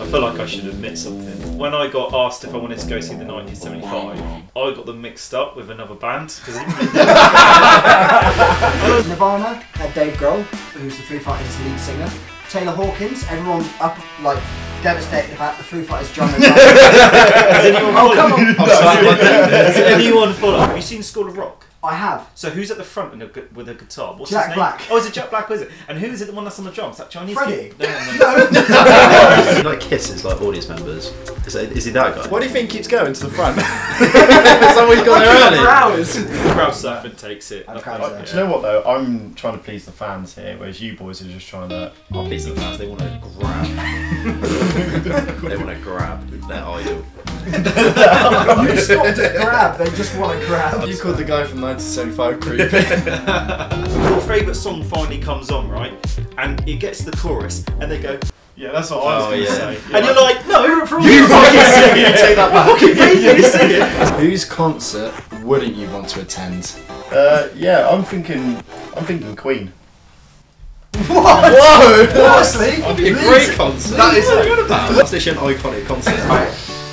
I feel like I should admit something. When I got asked if I wanted to go see the 1975, I got them mixed up with another band. 'cause it- Nirvana had Dave Grohl, who's the Foo Fighters lead singer. Taylor Hawkins, everyone up like devastated about the Foo Fighters drummer. Has anyone oh come followed? on! Has anyone followed? Have you seen School of Rock? I have. So who's at the front in a gu- with a guitar? What's Jack his name? Black. Oh, is it Jack Black? Was it? And who is it? The one that's on the drums? That Chinese Freddie. kid? No, no, no. like Kiss is like audience members. Is, it, is he that guy? Why do you think keeps going to the front? Someone's got there early. Crowd surfing takes it. I'm That's proud right, of that. Do you know what though? I'm trying to please the fans here, whereas you boys are just trying to. I'll please the fans. They want to grab. they want to grab their idol. You stopped at grab. They just want to grab. You called the guy from 1975 creepy. yeah. Your favourite song finally comes on, right? And it gets to the chorus, and they go, yeah, that's what I was Oh, gonna yeah. say. and you're like, no, you take that back. Whose concert wouldn't you want to attend? Uh, yeah, I'm thinking. I'm thinking Queen. Honestly, That'd be a great concert. That is what you about. That's literally an iconic concert. Right,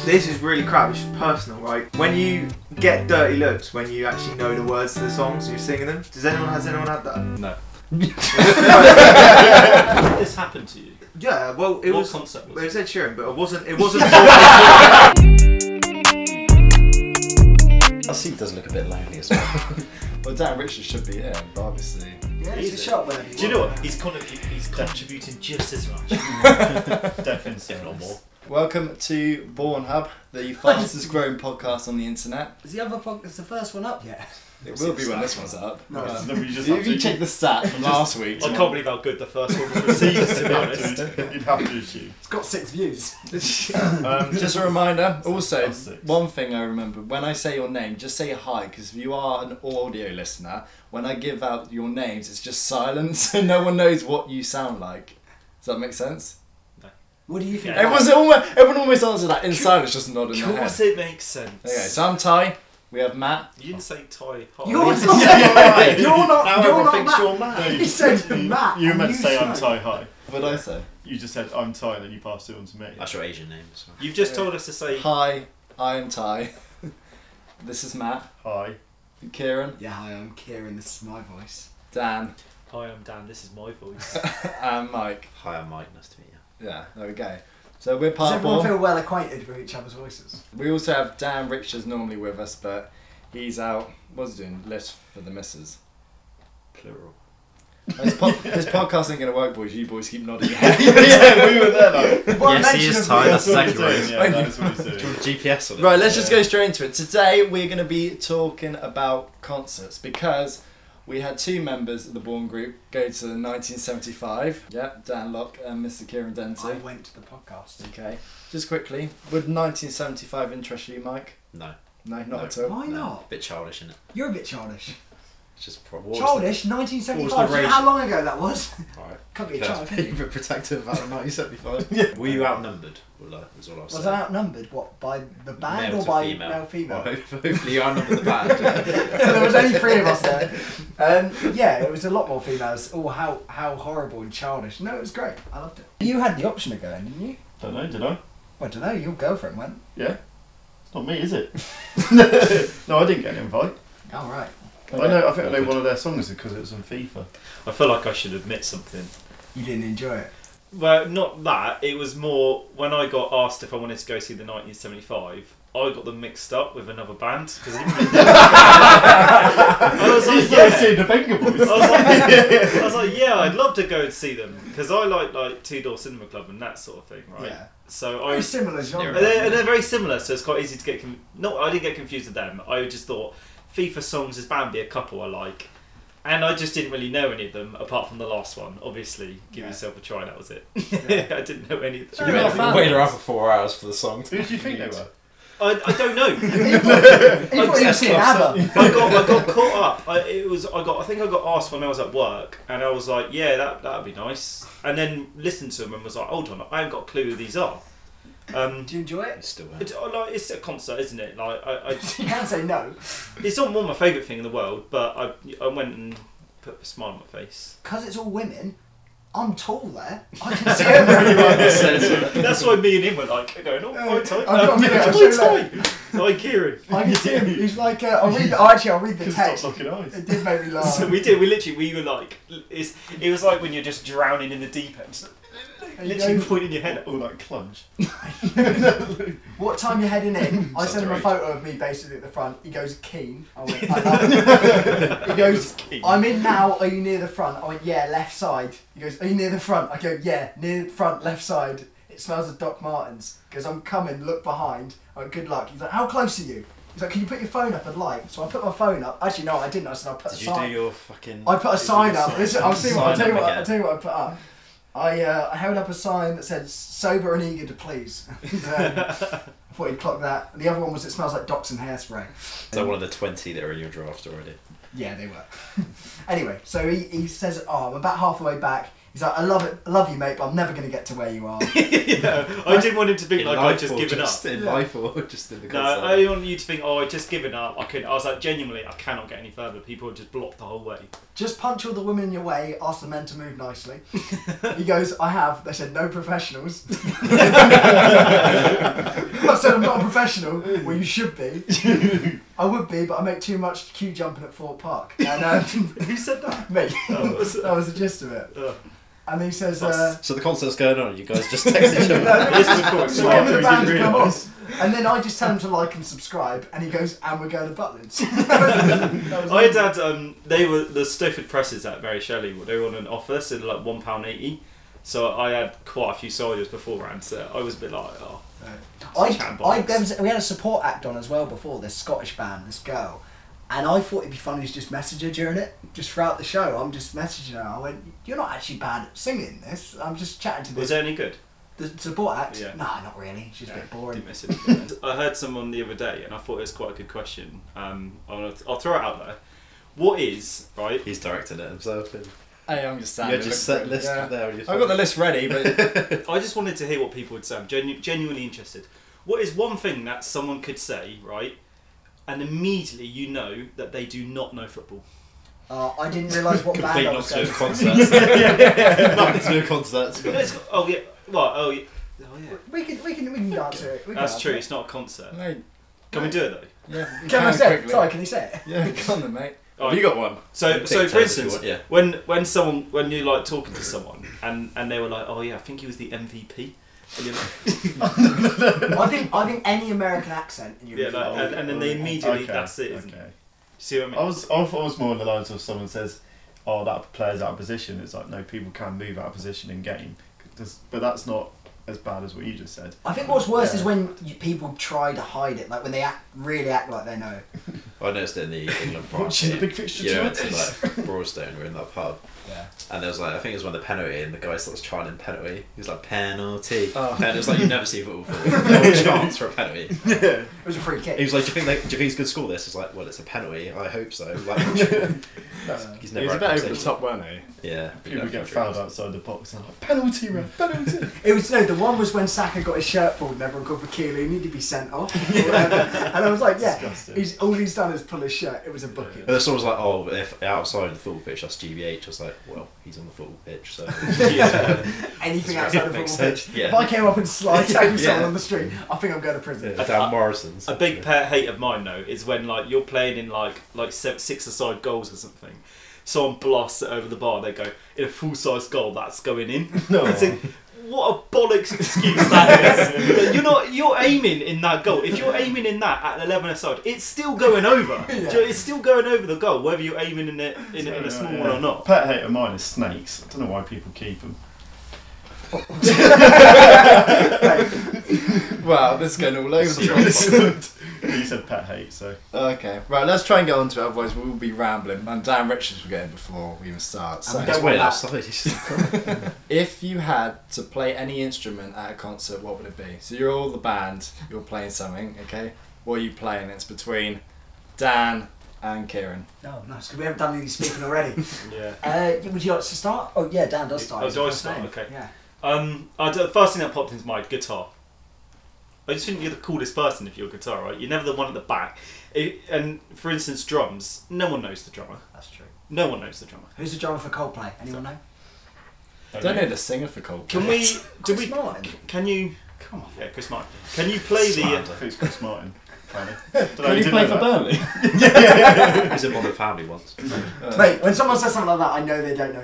this is really crap, it's personal, right? When you get dirty looks when you actually know the words to the songs and you're singing them, does anyone has anyone had that? Did this happen to you? Yeah, well it What was concert was it it? was Ed Sheeran, but it wasn't it wasn't That seat does look a bit lonely as well. Well, Dan Richards should be here, but obviously. yeah, it's a shot whenever you Do you know want. what? He's, con- he's contributing just as much. Definitely, if not more. Welcome to Born Hub, the fastest growing podcast on the internet. Is the other pod- is the first one up yet? It will be when this one's up. No, Uh, it's- Then we just have if you to- check the stat from last week, I can't believe how good the first one was received, to be honest. You'd have to assume. It's got six views. Um, just a reminder. Also, Oh, Six. one thing I remember when I say your name, just say hi because if you are an audio listener, when I give out your names, it's just silence, so no one knows what you sound like. Does that make sense? What do you think? Yeah. about- Everyone's almost, everyone almost answers that in silence, just nodding Of their head. course, it makes sense. Okay, so I'm Ty. We have Matt. You didn't say Ty Hart. You're not. You're not. You're not Matt. No, He said Matt. You were and meant to say I'm said- Ty High. What did I say? You just said I'm Ty, then you passed it on to me. That's your Asian name. as well. You've just told us to say. Hi, I am Ty. this is Matt, Hi. Kieran, Yeah, hi, I'm Kieran. This is my voice. Dan, Hi, I'm Dan. This is my voice. and Mike. Hi, I'm Mike. Nice to meet you. Yeah, there we go. So we're Does part of everyone Born. feel well acquainted with each other's voices? We also have Dan Richards normally with us, but he's out. What's he doing? List for the missus. Plural. This, po- this podcast ain't gonna work, boys. You boys keep nodding. your yeah, head. we were there though. yes, he is Ty. That's That's what he's exactly doing. right. Yeah, that's what he's Do you doing. want a GPS on it? Right, let's just go straight into it. Today we're going to be talking about concerts because we had two members of the Born Group go to 1975. Yep, Dan Locke and Mr. Kieran I Dente. went to the podcast. Okay, just quickly, would 1975 interest you, Mike? No. No, not No. at all. Why no. not? bit childish, isn't it? You're a bit childish. It's just pro- what was the- childish. what 1975. Do was the you know race? how long ago that was? Right. Can't be a That's child. can you? protective about 1975. Were you outnumbered? Well, uh, was all I was, Was saying. I outnumbered? What by the band Male or to by female. male female? Well, hopefully, you outnumbered the band. there was only three of us there. Um, yeah, it was a lot more females. Oh, how how horrible and childish. No, it was great. I loved it. You had the option of going, didn't you? Don't know, did I? Well, I don't know. Your girlfriend went. Yeah. It's not me, is it? no, I didn't get an invite. All right. I know. I think I know one of their songs because it was on Oh, FIFA. I feel like I should admit something. You didn't enjoy it. Well, not that. It was more when I got asked if I wanted to go see the 1975. I got them mixed up with another band 'cause it- I was like, yeah. the Venga I Oh. was, like, I was like, yeah, I'd love to go and see them because I like like Two Door Cinema Club and that sort of thing, right? Yeah. So I Very similar genre. and they're, and they're very similar, so it's quite easy to get. Con- no, I didn't get confused with them. I just thought FIFA songs is bound to be a couple I like, and I just didn't really know any of them apart from the last one. Obviously, give Yeah. yourself a try. That was it. I didn't know anything. You're not a fan. Wait around for four hours for the song. Who do you think they were? I, I don't know. You thought you were seeing ABBA. I got I got caught up. I, it was I got I think I got asked when I was at work, and I was like, yeah, that that'd be nice. And then listened to them and was like, hold on, I haven't got a clue who these are. Um, Do you enjoy It's it? Still there. it's, like, it's a concert, isn't it? Like I, I You can't say no. It's not one of my favourite thing in the world, but I, I went and put a smile on my face. Because it's all women, I'm tall there. I can see everyone. That's why me and him were like, going, oh, my tight. I've got Um, a minute, I'll my show you tight. Like Kieran. I can see him. He's like, uh, I'll read the, actually, I'll read the Couldn't text. stop looking eyes. It did make me Oh. laugh. So we did. We literally we were like, it's, it was like when you're just drowning in the deep end, just literally Go- pointing your head. Up. All that clunge. What time you heading in? I sent him a Sounds photo of me basically at the front. He goes, keen. I went, I love it. He goes, I'm in now. Are you near the front? I went, yeah, left side. He goes, are you near the front? I go, yeah, near the front, left side. It smells of Doc Martens. Because I'm coming, look behind. I went, good luck. He's like, how close are you? He's like, can you put your phone up and light? So I put my phone up. Actually, no, I didn't. I said, I'll put Did a you do sign. your fucking? I put a sign up. Listen, I'll see what I'll Sign tell you up what again. I'll tell you what I put up. I uh, I held up a sign that said "sober and eager to please." And, um, I thought he'd clock that. The other one was it smells like docks and hairspray. Is that one of the twenty that are in your draft already? Yeah, they were. anyway, so he, he says, "Oh, I'm about halfway back." He's like, "I love it, I love you, mate, but I'm never gonna get to where you are." yeah, I didn't want him to think like I'd just given up. In life or just in the No, I didn't want you to think, oh, I'd just given up. I couldn't. I was like, genuinely, I cannot get any further. People are just blocked the whole way. Just punch all the women in your way. Ask the men to move nicely. he goes, "I have." They said, "No professionals." I said, "I'm not a professional." Well, you should be. I would be, but I make too much queue jumping at Fort Park. And um, Who said that? me, Oh, was it? that was the gist of it. Uh, And he says, uh, So the concert's going on. You guys just text each other. this is before it "So give me started. the band We to didn't come on." realise. And then I just tell him to like and subscribe, and he goes, "And we're going to Butlins." That was I it. had had um, they were the Stoford presses at Mary Shelley. They were on an offer, so they're like one pound eighty. So I had quite a few soldiers beforehand. So I was a bit like, oh, I, Chatbox. I there was, we had a support act on as well before this Scottish band, this girl, and I thought it'd be funny to just message her during it, just throughout the show. I'm just messaging her. I went, "You're not actually bad at singing this. I'm just chatting to was this there any good? the support act." Yeah. No, not really. She's a bit boring. Didn't miss it. I heard someone the other day, and I thought it was quite a good question. Um, I'll, I'll throw it out there. What is right? He's directed it himself. and Hey, I'm just standing. You had your set looking for it. list Yeah. there. on your I've got the list ready, but I just wanted to hear what people would say. I'm genu- genuinely interested. What is one thing that someone could say, right? And immediately you know that they do not know football. Uh, I didn't realise what complete band I not was to do going. with to. concerts. Nothing to do with concerts. No, it's- oh yeah. Well, oh yeah. Oh yeah. We can we can we can dance to it. We can That's dance true. to it. It's not a concert. no, Can we do it though? yeah, you Can I can say? it? quickly. Sorry, can you say it? Yeah, come on, then, mate. Have you got one? So, Take so turns for if instance, you want, yeah. when when someone when you like talking to someone and and they were like, oh yeah, I think he was the MVP. And you're like, I think I think any American accent. In your yeah, Oh, like, and, and then they immediately that's it. Isn't it? okay. See what I mean? I was, I was more on the lines of someone says, "Oh, that player's out of position." It's like no, people can move out of position in game, Does- but that's not as bad as what you just said. I think what's worse Yeah. is when you, people try to hide it, like when they act, really act like they know. I noticed in the England France Watching the game, big fixture You know, tonight. it's like Broadstone. We're in that pub, Yeah. and there was like I think it was when the penalty, and the guy starts chanting penalty. He was like penalty, Oh. and it's like you never see football before. No chance for a penalty. It was a free kick. He was like, "Do you think they, do you think he's going to score this?" It's like, "Well, it's a penalty. I hope so." Like, he's He never. was a had bit over the conversation. top, weren't he? Yeah, People get fouled outside the box and like penalty, ref, penalty. It was no, the one was when Saka got his shirt pulled and everyone called for Keely. He needed to be sent off. and I was like, yeah, Disgusting. he's, all he's done is pull his shirt. It was a booking. And someone was like, "Oh, if outside of the football pitch, that's GBH." I was like, "Well, he's on the football pitch, so." Anything That's outside right, the makes football sense, pitch. yeah. If I came up and slide tackled Yeah. someone on the street, I think I'm going to prison. Yeah, Dan Morrison's. A big pet hate of mine though is when like you're playing in like like six aside goals or something. Someone blasts it over the bar. They go in a full size goal. That's going in. No. I think, what a bollocks excuse that is. Like, you're not you're aiming in that goal. If you're aiming in that at eleven aside, it's still going over. Do you know, It's still going over the goal, whether you're aiming in it in, a- in a small one or not. Pet hate of mine is snakes. I don't know why people keep them. Wow, this is going all over the Serious. place. you said pet hate, so Okay, right, let's try and get on to it, otherwise we will be rambling. And Dan Richards will get in before we even start. So, That's weird. Outside, if you had to play any instrument at a concert, what would it be? So you're all the band, you're playing something, okay? What are you playing? It's between Dan and Kieran. No, no, because Oh, we haven't done any speaking already. Yeah. uh, would you like to start? Oh, yeah, Dan does start. Oh, He's do I the first start? name. Okay. Yeah. Um, I d- the first thing that popped into my head, guitar. I just think you're the coolest person if you're a guitar, right? You're never the one at the back. It, and for instance, drums. No one knows the drummer. That's true. No one knows the drummer. Who's the drummer for Coldplay? Anyone know? Don't know the singer for Coldplay. Can we? Do we? Martin. Can you? Come on, yeah, Chris Martin. Can you play the? I think it's Chris Martin. apparently. Dunno, Can you didn't play know for that. Burnley? He was in uh, Modern Family once. Uh, Mate, when someone says something like that, I know they don't know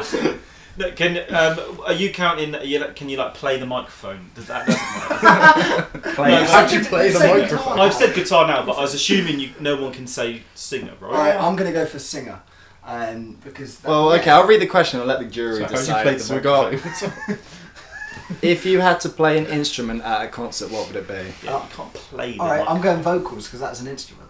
football. No, can um, are you counting? Are you, like- can you like play the microphone? Does that? Doesn't work. Play No, you play the Sing it. microphone? I've said guitar now, but I was assuming you, no one can say singer, right? Alright, I'm gonna go for singer. Um, because that- Well, okay, I'll read the question and let the jury So how do you play decide. the So we got. if you had to play an instrument at a concert, what would it be? Yeah, you can't play the Alright, I'm microphone. going vocals because that's an instrument.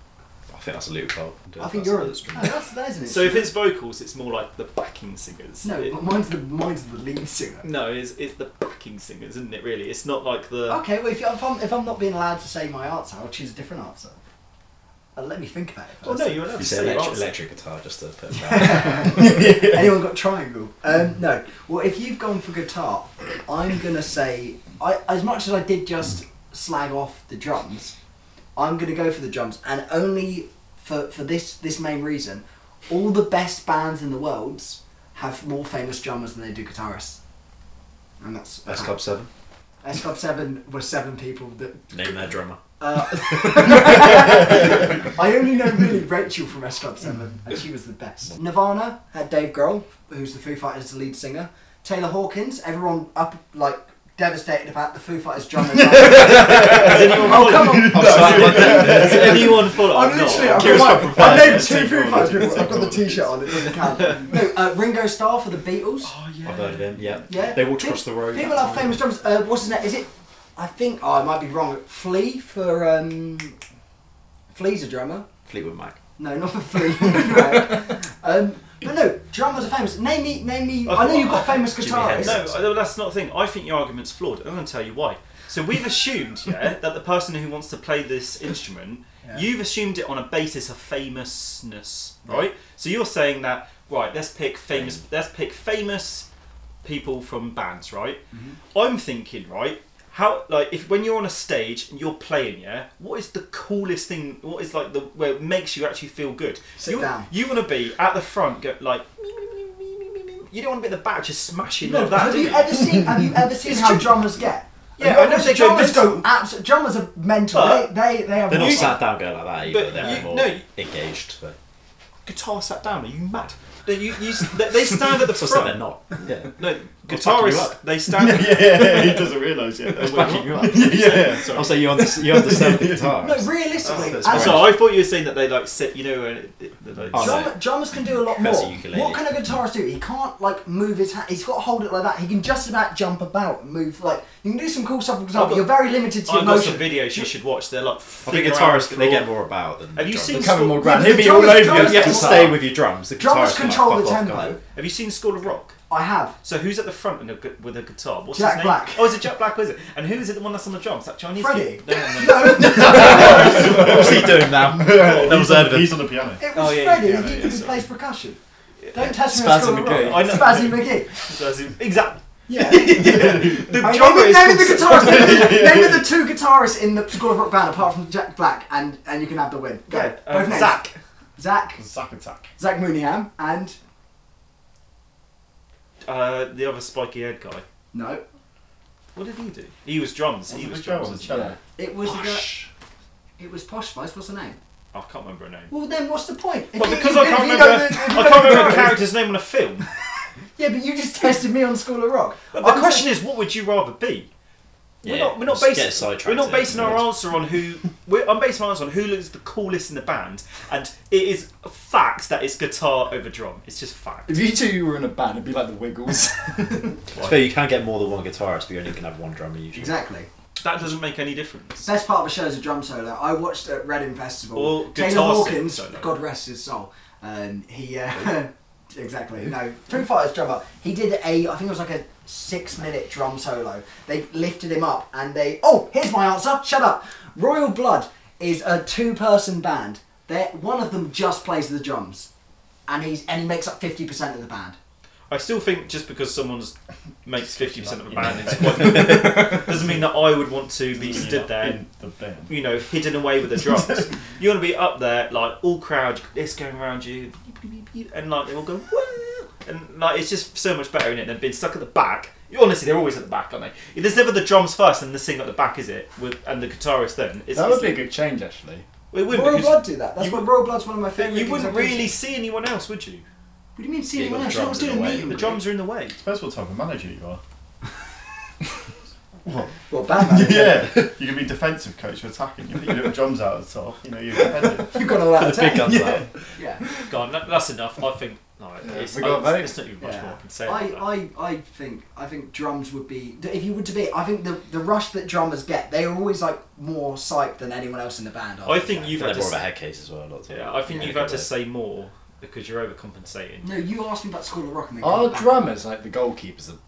I think that's a loophole. I think That's you're. an A, instrument. No, that's, that is an So if instrument. it's vocals, it's more like the backing singers. It- no, mine's the mine's the lead singer. no, it's, it's the backing singers, isn't it? Really, it's not like the. Okay, well if, you- if I'm if I'm not being allowed to say my answer, I'll choose a different answer. Uh, let me think about it. Well, First. oh, no, you're allowed You to say say your electric, answer. electric guitar just to put it back. Anyone got triangle? Um, no. Well, if you've gone for guitar, I'm gonna say I as much as I did just slag off the drums, I'm gonna go for the drums, and only for for this this main reason. All the best bands in the world have more famous drummers than they do guitarists, and that's S Club 7. S Club Seven was seven people that Name their drummer. uh, I only know really Rachel from S Club 7, and she was the best. Nirvana had Dave Grohl, who's the Foo Fighters lead singer. Taylor Hawkins, everyone up, like, devastated about the Foo Fighters drummer. Has anyone oh, come followed- on! Has anyone followed? I'm No, literally, I'm I've curious got, about my, I've propriety. named Let's two take Foo all Fighters of it. people, I've got the t-shirt on, it doesn't count. No, uh, Ringo Starr for the Beatles. Oh I've heard yeah. of him, yeah. Yeah. They walked across the road. People have famous drummers. Uh, what's his name? Is it? I think. Oh, I might be wrong. Flea for um, Flea's a drummer. Fleetwood Mac. No, not for Flea. Right. um, but no, drummers are famous. Name me, name me. I know you've got famous Jimi guitarists. Hendrix. No, I- that's not the thing. I think your argument's flawed. I'm going to tell you why. So we've assumed, yeah, that the person who wants to play this instrument, you've assumed it on a basis of famousness, right? So you're saying that, right? Let's pick famous. Let's pick famous people from bands, right? Mm-hmm. I'm thinking, right? How like if when you're on a stage and you're playing, yeah, what is the coolest thing? What is like the where it makes you actually feel good? Sit you, down. You want to be at the front, go like. You don't want to be at the back just smashing No, like that. have do you ever seen? Have you ever seen It's how true. drummers get? Yeah, Have you I know ever they seen go drummers go mental. absolute. Drummers are mental. But they, they, they have. They're not one- sat down going like that either. But They're you- more no, you- engaged. So. guitar sat down. Are you mad? They, you, you, they, they stand at the So it's like they're front. not. Yeah. No, fucking you guitarists. up. They stand. at- Yeah, he doesn't realise yet. That's Fucking you up. yeah. I'll say you, under, you understand the guitar. No, Oh, realistically, that's as right. So I thought you were saying that they like sit. You know, uh, they, like, Oh, no. Drum, drummers can do a lot more. That's a ukulele. What can a guitarist do? He can't like move his hand. He's got to hold it like that. He can just about jump about and move. Like you can do some cool stuff with guitar, I've but got- you're very limited to your I've got some motion. videos you should watch. They're like. I think guitarists, they get more about than Have you drummers. seen? Cover more School, ground. Yeah, but He'll be the all drummers- You have over you. drummers- to Guitar. stay with your drums. The Drummers guitarist control like, the fuck off, tempo. guy. have you seen School of Rock? I have. So who's at the front and a, gu- with a guitar? What's Jack his name? Black. Oh, is it Jack Black? Or is it? And who is it? The one that's on the drums? That Chinese Freddie. kid? No, no, no. What's he doing now? that was he's, on, Irvin. he's on the piano. It was Oh, yeah, Freddie. yeah, he yeah, he sorry. plays percussion. Don't test me. Spazzy on School of Rock. McGee. I know. Spazzy McGee. So it's- exactly. Yeah. The I mean, drummer name, is. name the called- guitarist. name, name the two guitarists in the School of Rock band apart from Jack Black, and and you can have the win. Go. Yeah, um, Both names. Zach. Zach. Zack attack. Zach Mooneyham and Uh, the other spiky head guy. no. What did he do? He was drums. He was drums. Jones. Yeah. It was the guy- it was Posh Spice. What's the name? I can't remember her name. Well, then what's the point? If Well, you- because if I you can't don't- remember, if you I don't can't remember a know- character's name on a film. Yeah, but you just tested me on School of Rock. But the question is, what would you rather be? we're Yeah, not, we're not just get basing, sidetracked we're not here. basing our answer on who. We're, I'm basing my answer on who looks the coolest in the band, and it is a fact that it's guitar over drum. It's just fact. If you two were in a band, it'd be like the Wiggles. It's fair, you can get more than one guitarist, but you only can have one drummer usually. exactly That doesn't make any difference. best part of a show is a drum solo. I watched at Reading Festival. Or Taylor guitar Hawkins, solo. God rest his soul. Um, he uh, exactly no Foo Fighters drummer. He did a I think it was like a six minute drum solo. They lifted him up and they oh here's my answer. Shut up. Royal Blood is a two person band. They one of them just plays the drums, and he's and he makes up fifty percent of the band. I still think just because someone's makes fifty percent of a band it's quite, doesn't mean that I would want to be stood there In the bin. you know, hidden away with the drums. you want to be up there, like all crowd, this going around you, and like they all go, Woo! and like it's just so much better in it than being stuck at the back. You- Honestly, they're always at the back, aren't they? There's never the drums first and the singer at the back, is it? With and the guitarist then. It's, That would be a it's- good change, actually. It wouldn't Royal because Blood do that. That's you- why Royal Blood's one of my favourite. you things wouldn't I've been to. really see anyone else, would you? What do you mean see Yeah, anyone you've else? got No drums one's doing in the me. The drums are in the way. Depends what type of manager you are. Well, Batman. Yeah, you can be defensive coach for attacking. You put your little drums out at the top. You know you're defending. You've got all that The big attack. guns out. Yeah. God, that, that's enough. I think. No, it's, we got it's- a vote. it's not even much Yeah. more I can say. about that. I, I, I think I think drums would be if you were to be I think the the rush that drummers get they are always like more psyched than anyone else in the band. aren't I they? think you've They're had to. more of a s- head case as well. A lot of the time. Yeah, I think Yeah, you've had they- to say more because you're overcompensating. No, you asked me about School of Rock and they Are come back. drummers like the goalkeepers of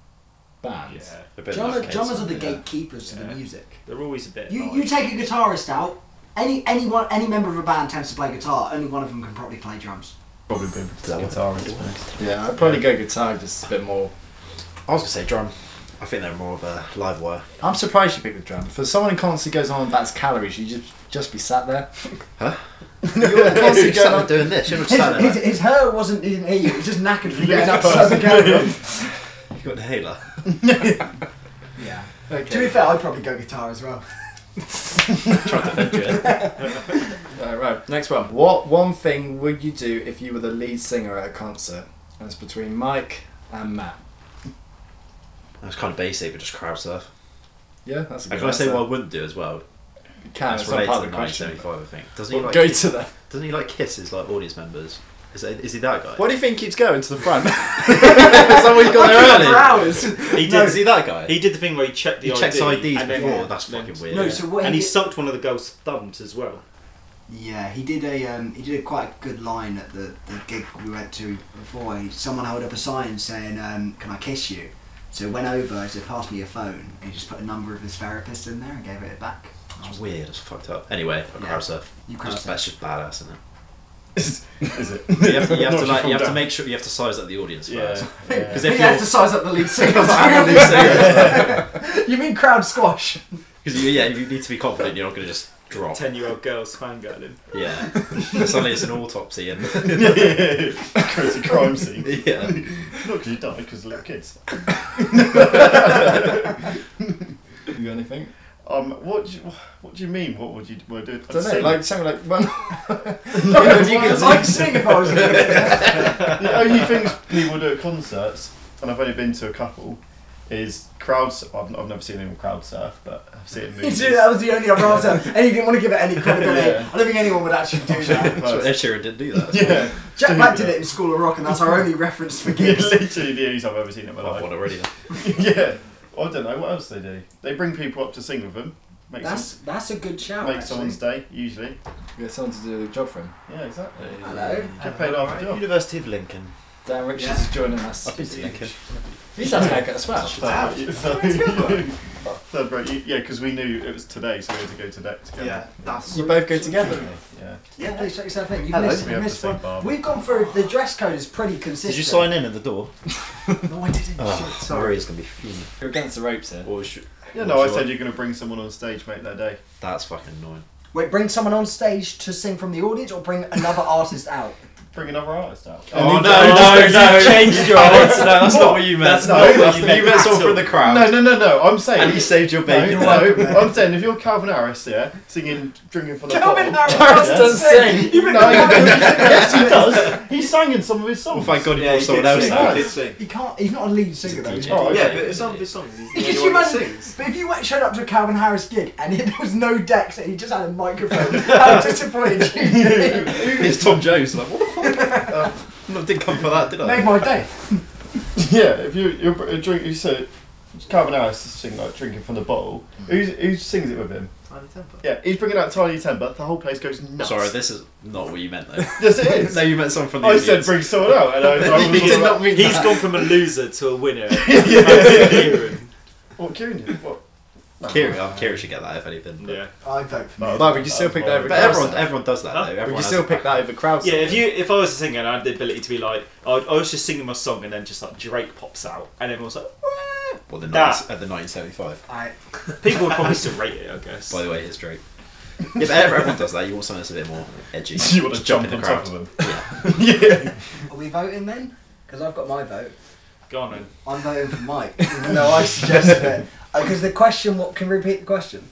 bands? Yeah, a bit Drummer, of a head drummers case. are the yeah. gatekeepers to Yeah. the music. they're always a bit. You like- you take a guitarist out. Any anyone any member of a band tends to play guitar. Only one of them can probably play drums. Probably been guitarist. Yeah, I'd probably go guitar just a bit more. I was gonna say drum. I think they're more of a live wire. I'm surprised you picked the drum. For someone who constantly goes on about his calories, you just just be sat there. You're constantly going on- doing this. You're not His, standing his, there. his hair wasn't even he was just knackered from Yeah, being that outside the garage. You've got an inhaler. Yeah. To be Okay. fair, I'd probably go guitar as well. Trying to defend you. Right, uh, right, next one. What one thing would you do if you were the lead singer at a concert? And it's between Mike and Matt. That's kind of basic, but just crowd surf. Yeah, that's a And good Can I say answer. what I wouldn't do as well? You can, That's it's not related to part of the the question. 1975, I think. Doesn't he Well, like? go Kiss, to the. doesn't he like kiss his like audience members? Is, that, is he that guy? What do you think keeps going to the front? Someone who got there For early. hours. He No, did. is he that guy? He did the thing where he checked the He ID checks IDs and then- before. yeah, That's then- fucking weird. No, so what? And he he did- sucked one of the girl's thumbs as well. Yeah, he did a um, he did a quite good line at the, the gig we went to before. He, someone held up a sign saying, um, "Can I kiss you?" So he went over, he said, "Pass me your phone." And he just put a number of his therapist in there and gave it back. It's weird. It's fucked up. Anyway, a Yeah. crowd surf. You crowd Just, surf. that's just badass, isn't it? Is it? You have, to- you have to Not like. from You have to down. make sure you have to size up the audience first. Yeah. yeah. Because He if had you're to size up the lead I'm singer. you mean crowd squash? Because yeah, you need to be confident. You're not going to just drop. Ten-year-old girls fangirling. Yeah. Suddenly it's an autopsy and Go to crime scene. yeah. Not because you died, because little kids. you got anything? Um, what do you, what do you mean? What would you would do? I don't know. Like something like well, I'd sing if I was. the only things people do at concerts, and I've only been to a couple, is crowd. sur- I've, I've never seen anyone crowd surf, but I've seen it in He movies. did, that was the only other answer, and he didn't want to give it any credibility. Yeah. I don't think anyone would actually do that. That's what Ed Sheeran did do that. yeah, Jack Black did it in School of Rock, and that's our only reference for Yeah, gigs. literally the only time I've ever seen it in my I've life. won already. then. yeah, I don't know what else they do. They bring people up to sing with them. Make That's that's a good shout. some, make actually. someone's day usually. get someone to do the job for him. Yeah, exactly. Hello. Get paid half a job. University of Lincoln. Dan Richards Yeah. is joining us. I've been to Lincoln. He's had a haircut as well. Third rate. Third rate. Yeah, because we knew it was today, so we had to go today together. Yeah, that's. You both go together. Yeah. Yeah, no, so it's that thing. You Hello. missed, We you have the missed same one. barber. We've gone through. The dress code is pretty consistent. Did you sign in at the door? No, I didn't. Ah, Oh, Shit, sorry. Maria's gonna be fuming. You're against the ropes here. What was your- Yeah, what no, I was your- said you're going to bring someone on stage, make their day. That's fucking annoying. Wait, bring someone on stage to sing from the audience, or bring another artist out. Bring another artist out. Oh no, no, no, no. no! You changed your answer. No, that's not what you meant. That's not what you meant. You meant someone from the crowd. No, no, no, no. I'm saying. And you saved your no, baby. no, I'm saying if you're Calvin Harris, yeah, singing, drinking from the Calvin bottle. Harris Yeah. doesn't sing. You've been No, he doesn't. yes, he does. He sang in some of his songs. Well, thank God you Yeah, brought he someone did else sing. now. out. He did sing. He can't. He's not a lead singer though. is he? Oh, Yeah, okay. Yeah, but some of his songs, he's the Could only you one that imagine- sings. But if you went showed up to a Calvin Harris gig and it, there was no decks and he just had a microphone, how disappointed you would be. It's Tom Jones. Like, what the fuck? No, I didn't come for that, did Made I? my day. Yeah, if you you're br- drink, you said Calvin Harris is singing like drinking from the bottle. Who's, who sings it with him? Tiny temper. Yeah, he's bringing out Tiny Temper. The whole place goes nuts. Sorry, this is not what you meant though. yes, it is. no, you meant someone from the I audience. said bring someone out, and I, I was You all did about- not mean He's that. gone from a loser to a winner. Kieran. What Kieran did? What? Kira, oh, Kira should get that if anything. but- yeah. I vote for No, No, me. but you still That was picked my- over. But crowd everyone, surf. everyone does that Huh? though. Would Everyone you has still a- pick that over crowd? Yeah, surf? if you if I was a singer and I had the ability to be like, I, I was just singing my song and then just like Drake pops out and everyone's like, "Wah." Well, the Nah. 19, at the 1975. I, people would probably still rate it, I guess. By the way, his Drake. Yeah, but everyone does that. You want something that's a bit more edgy. You want to Just jump in on the top crowd. of them? are we voting then? Because I've got my vote. Go on then. I'm voting for Mike, even though I suggested it. Because the question, what can you repeat the question?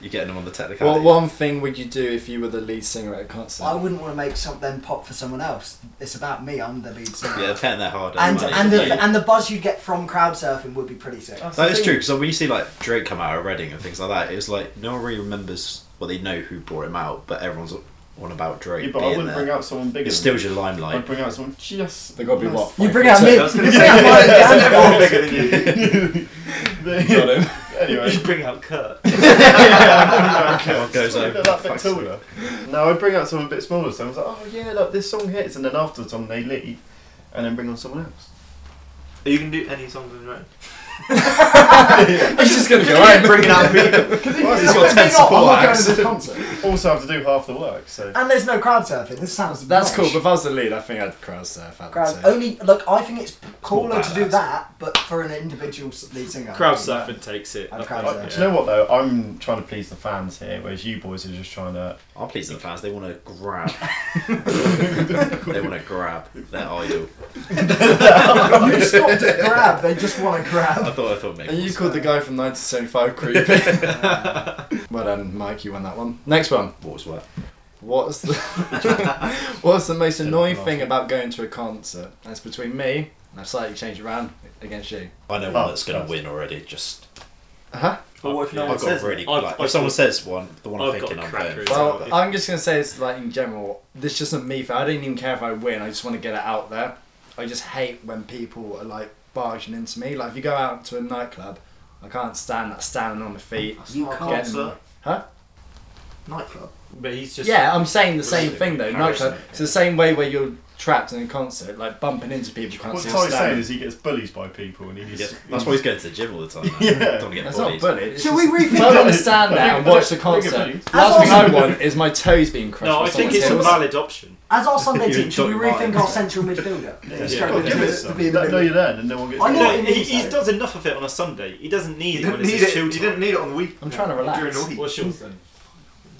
You're getting them on the technical. What one thing would you do if you were the lead singer at a concert? I wouldn't want to make something pop for someone else. It's about me. I'm the lead singer. Yeah, ten they're harder. And mate. and the, and the buzz you get from crowd surfing would be pretty sick. Oh. That is true because when you see like Drake come out of Reading and things like that, it's like no one really remembers. Well, they know who brought him out, but everyone's on about Drake. Yeah, but I being wouldn't there. bring out someone bigger. It's than still your me. I'd limelight. bring out someone just. They gotta be what? You five bring foot out two? me. I was gonna You say, bring out Mike, isn't Dan. everyone bigger than you? Got The- him. anyway. You bring out Kurt. Everyone goes "Oh, Sorry, over. they're that bit Fuck's taller. No, I'd bring out someone a bit smaller. So I was like, oh yeah, look, this song hits, and then after the song they leave, and then bring on someone else. You can do any songs on your own. He's just gonna go home. Bring it out people. Well, He's got ten I'm support not going to acts. this concert. also have to do half the work. So And there's no crowd surfing. This sounds That's lush. cool. But if I was the lead, I think I'd crowd surf. I'd Crowd say. only like I think it's cooler to do badass. that, but for an individual s- lead singer. Crowd surfing takes it. And Up- crowd I, yeah. do you know what though? I'm trying to please the fans here, whereas you boys are just trying to. I'm pleasing the fans. They want to grab. they want to grab their idol. you stopped at grab. They just want I to grab. thought. I thought maybe. And you called the guy from 1975 creepy. well done, Mike. You won that one. Next one. what was what? What's the What's the most Don't annoying laugh. thing about going to a concert? That's between me. And I've slightly changed around against you. I know Oh, one that's going that's- to win already. Just Uh huh. But what if no I've one got says really. it? I've- like, I've if someone got- says one, the one I'm I've got thinking, I'm cracker going. as for. Well, Exactly. I'm just gonna say it's like in general. This just isn't me. For I don't even care if I win. I just want to get it out there. I just hate when people are like barging into me. Like if you go out to a nightclub, I can't stand that standing on my feet. You Smart can't, getting- concert. Huh? Nightclub. But he's just. yeah, I'm saying the same Really? thing though. Nightclub. It's the same way where you're trapped in a concert, like bumping into people. You can't What see Ty's saying standing. is he gets bullied by people, and he He just. gets- that's why he's going to the gym all the time. man. Yeah. Don't want to get That's not bullied. bullet. Should we rethink I don't want that? to stand there and watch the concert. Everybody- Last thing I As want is my toes being crushed. No, by I think someone's it's a heels. valid option. As our Sunday You team, should we don't mind. rethink our central midfielder? He's Yeah. Oh, struggling Well, give to- it to some. be in the Let know middle. you're learning, and no one gets. I know bullied. No, it he, means he so. does enough of it on a Sunday. He doesn't need You it when didn't it's need his it. chill You time. didn't need it on the week. I'm trying to relax. During the week. What's yours then?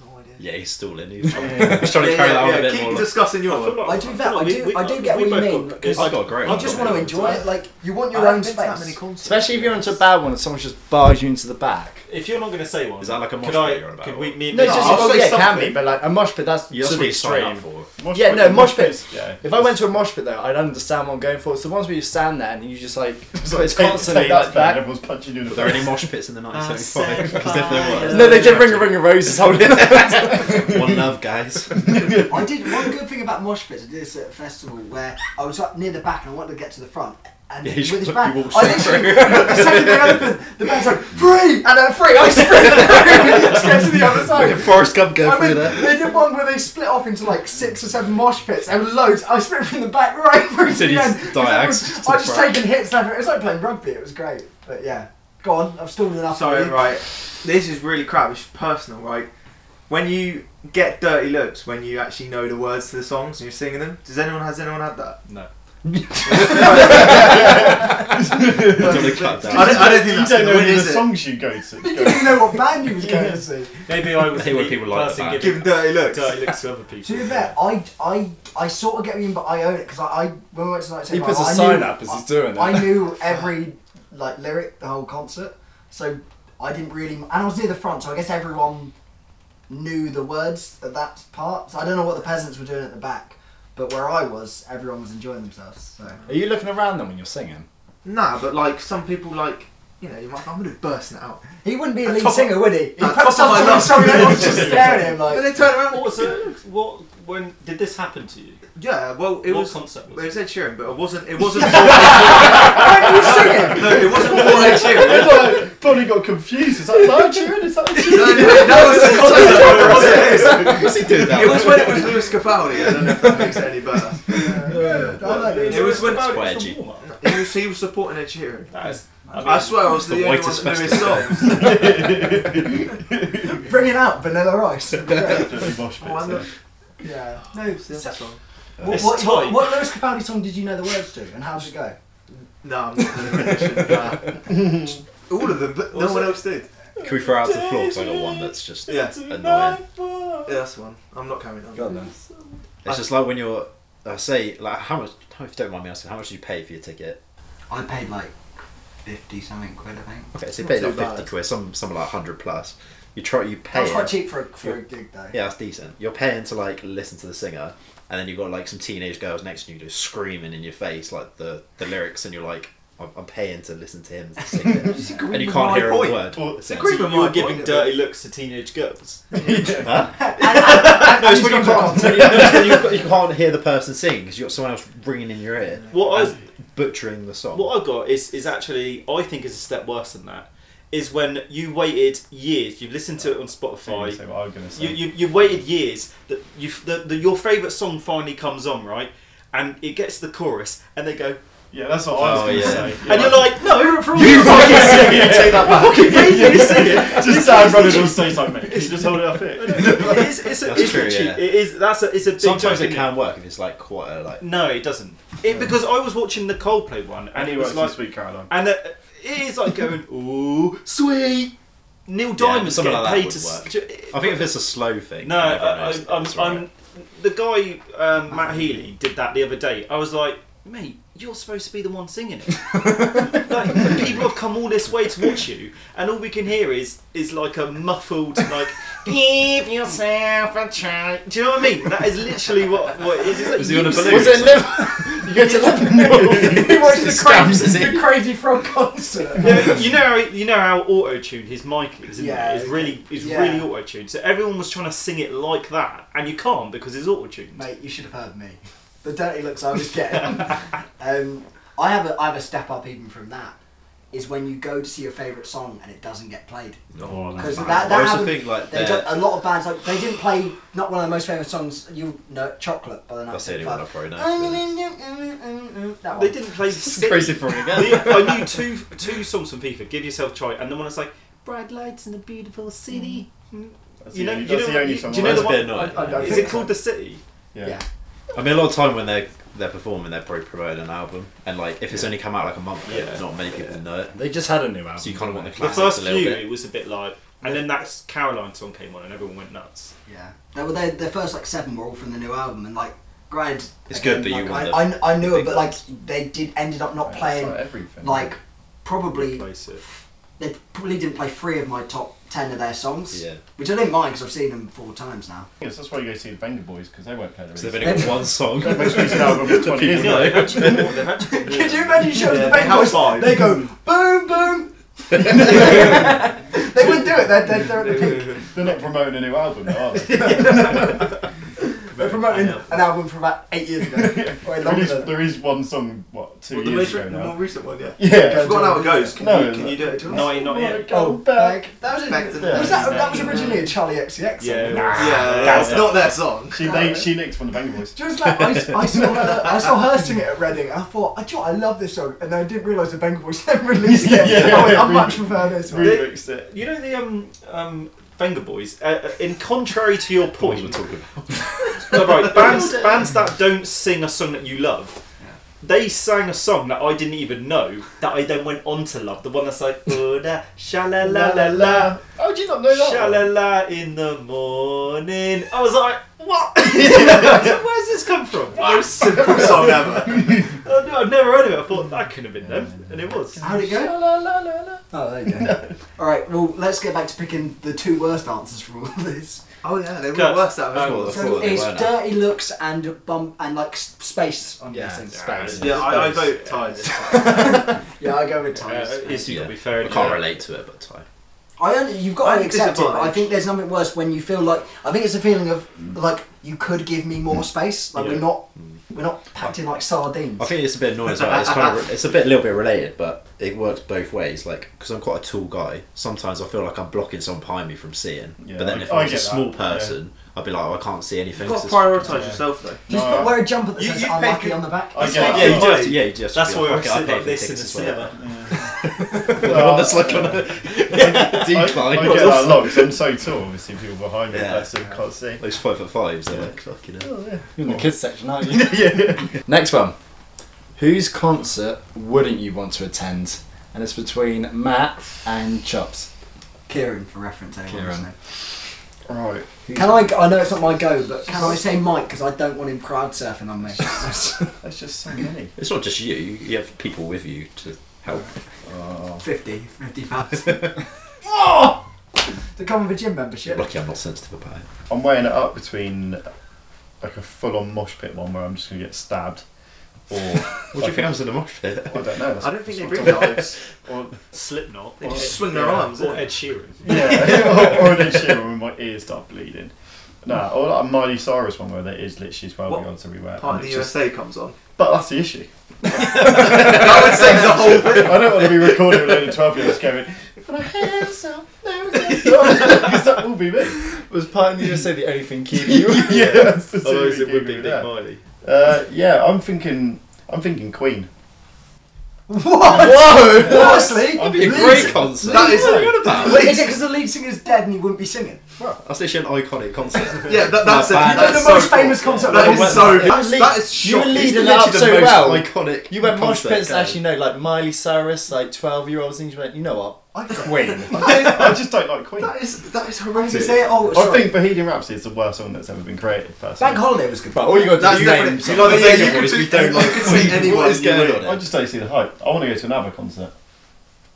No idea. Yeah, he's still in. He's trying, he's trying to carry that on a bit keep more. discussing your one. feel like- I do that, feel like I do- I do get we what you both mean, got- because- I got a great I one. just I've want got to a enjoy it. Like you want your I own haven't been to that many space. concerts. Especially if you're into a bad one and someone just bars you into the back. If you're not going to say one, Is that like a mosh could pit I? you're on about? Could we? Me and No, Mitch- just I'll oh, say yeah, it can something. be, but like a mosh pit, that's Yeah, That's to what the you sign extreme. up for. Mosh Yeah, pit- no, mosh pits, pits. Yeah. If I went to a mosh pit though, I'd understand what I'm going for. It's the ones where you stand there and you just like So it's take- take constantly that like down, that. Everyone's punching you in the Are there any face. mosh pits in the I 1975? said Because if there No, they did ring a ring of roses holding. was, one love, guys. I did one good thing about mosh pits. I did this at a festival where I was up near the back and I wanted to get to the front. And Yeah, you with should- his you band, walked I straight literally, the second they opened, the band's like free, and then free. I sprint through, straight to the other Like a side. Forrest Gump go I through mean, there. they did one where they split off into like six or seven mosh pits. There were loads. I sprint from the back right through to Did the you end. die 'cause everyone- accident to I the just front? taking hits. left and right. It was like playing rugby. It was great. But yeah, go on. I've stolen enough. Sorry, of you. right. This is really crap. It's personal, right? When you get dirty looks when you actually know the words to the songs and you're singing them, does anyone has anyone had that? No. Don't wanna cut I down. don't, I don't think You that's don't gonna know win, any of is the it? songs you go to. You didn't even know what band you was going to see. Maybe I was I hate when the people like person that. Giving giving dirty looks. dirty looks to other people. To be fair, I, I, I sort of get what you mean, but I own it because I, I, when we went to Night He puts a I sign knew, up as I, he's doing it. I knew every like lyric the whole concert, so I didn't really. And I was near the front, so I guess everyone knew the words at that part. So I don't know what the peasants were doing at the back, but where I was, everyone was enjoying themselves. So Are you looking around them when you're singing? Nah, but like some people like you know, you might, I'm gonna burst it out. he wouldn't be a At lead top of- singer, would he? He at put top of my something on lungs. song and everyone's just staring at him But like. they turn around. What was it? What? When did this happen to you? Yeah, well, it what was. concert It was? was it? Ed Sheeran, but it wasn't. It wasn't. for, Why are you singing? no, it wasn't for Ed Sheeran. Like, Probably got confused. Is that Lion Cheering? Is that No, no, no, that was the concert. What's he doing that It was when it was Lewis Capaldi. I don't know if that makes it any better. I like it. It was when It's quite a edgy. warm-up. He was, he was supporting Ed Sheeran. That is- I mean, I swear I was The the, only one whitest that knew his festival. songs. Bringing out Vanilla Rice. Yeah. Definitely mosh Oh, I'm not- pits. yeah. No, it's that song. What, It's what, tight. what, what Lewis Capaldi song did you know the words to, and how did it go? No, I'm not gonna mention that. All of them, but no Also- one else did. Can we throw out to the floor? Because I got one that's just Yeah. annoying. Oh. Yeah, that's the one. I'm not carrying on. God no. It's just like when you're I say, like, how much? If you don't mind me asking, how much do you pay for your ticket? I paid like fifty something quid, I think. Okay, so you Not paid too like fifty bad. quid, some some like hundred plus. You try, you pay. That's it. quite cheap for a, for a gig though. Yeah, that's decent. You're paying to like listen to the singer, and then you've got like some teenage girls next to you just screaming in your face like the, the lyrics, and you're like, I'm, I'm paying to listen to him sing it, and you can't hear a point. word. Well, So- agree- So with you were my giving point, dirty looks to teenage girls. Huh? no, It's when you can't, you, know, when you, you can't hear the person singing because you've got someone else ringing in your ear, What I butchering the song. What I got is is actually I think is a step worse than that. Is when you waited years, you listened to it on Fine. Spotify. Say what I was gonna say. You, you, you waited years that you the, the, your favourite song finally comes on right, and it gets to the chorus and they go yeah, that's what I was Oh, gonna yeah. say. and you're like no you fucking fucking sing it, take that back. sing it. just Dan running on stage like me. You just hold it up here. It is it's a, That's it's true, a cheap, yeah. it is that's a it's a big Sometimes joke, it isn't can work if it's like quite a like. No, it doesn't. It, Because I was watching the Coldplay one and And he it works was like this week, Caroline. And uh, it is like going, ooh, sweet. Neil Diamond's something getting like that paid would to. work. s- ju- I think if it's a slow thing, no, then everyone I, knows I, I'm, it's right. I'm. The guy, um, Matt Healy, did that the other day. I was like, mate, you're supposed to be the one singing it. like, people have come all this way to watch you, and all we can hear is is like a muffled, like, give yourself a try. Do you know what I mean? That is literally what, what it is. It's like Was he on a you balloon? sing- Was it Liverpool? you go to Liverpool. He watched the Scams, is crazy, he? the crazy frog concert. Yeah, you know, how, you know how auto-tuned his mic is. Isn't Yeah, it? it's really, it's yeah. really auto-tuned. So everyone was trying to sing it like that, and you can't because it's auto-tuned. Mate, you should have heard me. The dirty looks I was getting. um, I have a I have a step up even from that. Is when you go to see your favourite song and it doesn't get played. Oh, that's Because bad. that, that I also happened- think, like, they they're- don't- a lot of bands like they didn't play not one of the most famous songs. You know, Chocolate by the That's Night. the only one I probably know. to be honest. know. That one. They didn't play six. Crazy from again. The- I knew two two songs from FIFA. Give yourself a try, and the one that's like bright lights in the beautiful city. That's You the know- only- you that's know- the only you- song. do you know I the That's like. a bit annoying. I- I don't Is think it called the city? Yeah. I mean, a lot of time when they're they're performing, they're probably promoting an album, and like if it's only come out like a month, ago, Yeah. not many people know it. They just had a new album. So you kind of want the The classics first a little few, bit. it was a bit like, and then that Caroline song came on, and everyone went nuts. Yeah, they were their, their first like seven were all from the new album, and like, granted, It's good, but like, you I, want I, I knew the it, but big like they did ended up not It's playing like everything. like probably Place it. they probably didn't play three of my top ten of their songs, Yeah, which I didn't mind because I've seen them four times now. Yes, that's why you go see the Venga Boys because they won't play the because they've release. only got one song. Their most recent album was 20 years You know, ago. they've actually got more- they've actually got more- Could you imagine showing the Bang have Boys? five. They go boom boom. they wouldn't do it. They're, they're, they're at the peak. They're not promoting a new album, though, are they? They're promoting an album from about eight years ago. or there, longer is, than. there is one song, what, two Well, the most years ago recent, the more now? recent one, yeah. Yeah. I forgot how it goes. Can, No, you, can you do it to us? No, not yet. Oh, back. like, that was, a, Back to the- was that, that was originally a Charlie XCX. Yeah, song. it was. Yeah, that's it's not their song. She, they, she nicked from the Venga Boys. Just like I, I saw her, I saw her sing it at Reading, and I thought, I, do you know what, I love this song, and then I didn't realise the Bengal Boys then released it. Yeah. I went, I much prefer this one. Remixed it. You know the um um Venga Boys. Uh, uh, in contrary to your What we're point, talking no, right? Bands bands that don't sing a song that you love. They sang a song that I didn't even know that I then went on to love. The one that's like "Ooh, da, sha la la la la How did you not know that? sha one? la la in the morning. I was like, what? I was like, Where's this come from? Most simple song ever. I knew- I'd never heard of it. I thought that couldn't have been them, and it was. How'd it go? Oh, there you go. Alright, well, let's get back to picking the two worst answers from all this. Oh yeah, they were Cut. worse out Oh, of I it. thought So they it's were now. dirty looks and bump and like s- space, I'm Yeah, guessing. space. Yeah, I, I vote tied. Yeah, I go with Uh, Thomas. it's you got to be fair. I and can't you- relate to it, but time. I don't, you've got I to think accept it. but I disadvantage. think there's nothing worse when you feel like I think it's a feeling of like you could give me more space. Like Yeah. we're not we're not packed in like sardines. I think it's a bit annoying as well. It's kind of it's a bit a little bit related, but it works both ways. Like because I'm quite a tall guy, sometimes I feel like I'm blocking someone behind me from seeing. Yeah, but then I- if I I was a get that, small yeah. person, I'd be like, oh, I can't see anything. You've got 'cause to it's- prioritise yourself though. Just No, put, wear a jumper that You- says you pick unlucky your- on the back. I yeah, get you that. do have to. Yeah, you do have to. That's be why we're like, "Fuck it, I sitting paid like for this in the tickets as well." cinema. The Well, one that's like on a I, I decline. get that a lot 'cause I'm so tall, obviously, people behind me Yeah. that's I can't see. Those five foot fives, they're like fucking hell. You're in the kids section, aren't you? Next one. Whose concert wouldn't you want to attend? And it's between Matt and Chops. Kieran for reference. Anyone Kieran. listening. Right. Can I? I know it's not my go, but can I say Mike because I don't want him crowd surfing on me. There's just so many. It's not just you. You you have people with you to help. 50, 50,000. Oh! to come with a gym You're membership. lucky I'm not sensitive about it. I'm weighing it up between like a full-on mosh pit one where I'm just gonna get stabbed, or What do you think happens in the mosh pit? I don't know. I don't think they that's bring what I'm- knives. Or Slipknot. They or just Ed- swing their yeah, arms, Or innit? Ed Sheeran. yeah, or, or an issue when my ears start bleeding. Nah, or like a Miley Cyrus one where their ears literally swell Hmm. What beyond everywhere. Part of the USA comes on. But that's the issue. I would say the whole thing. I don't want to be recording with a load of 12 year olds going, because that will be me. Was part of the USA the only thing keeping you? Yeah, that's the Otherwise, it theory would be keeping me Big there. Miley. Uh, yeah, I'm thinking. I'm thinking Queen. What? Whoa! Honestly, That'd be a lead great sing- concert. That is- what are you on about? Wait, is it because the lead singer's dead and he wouldn't be singing? That's literally an iconic concert. Yeah, that, that's it. Bad. That's That's the most so famous cool. concert. That I've is ever- so. You were That's, lead- that is you were shocking. leading It's up literally so the most- well. Iconic. You went mosh concert pits going. actually know like Miley Cyrus, like twelve year olds, and you went, you know what? I don't- Queen. I just don't like Queen. That is that is To horrendous. say it all. I sorry. think Bohemian Rhapsody is the worst song that's ever been created. Personally, Bank Holiday was good. But all you got to That's do definitely. is You know, something. yeah, The you thing could is, we see, don't you could see anyone. What is you going would. on? I just don't see the hype. I want to go to another concert.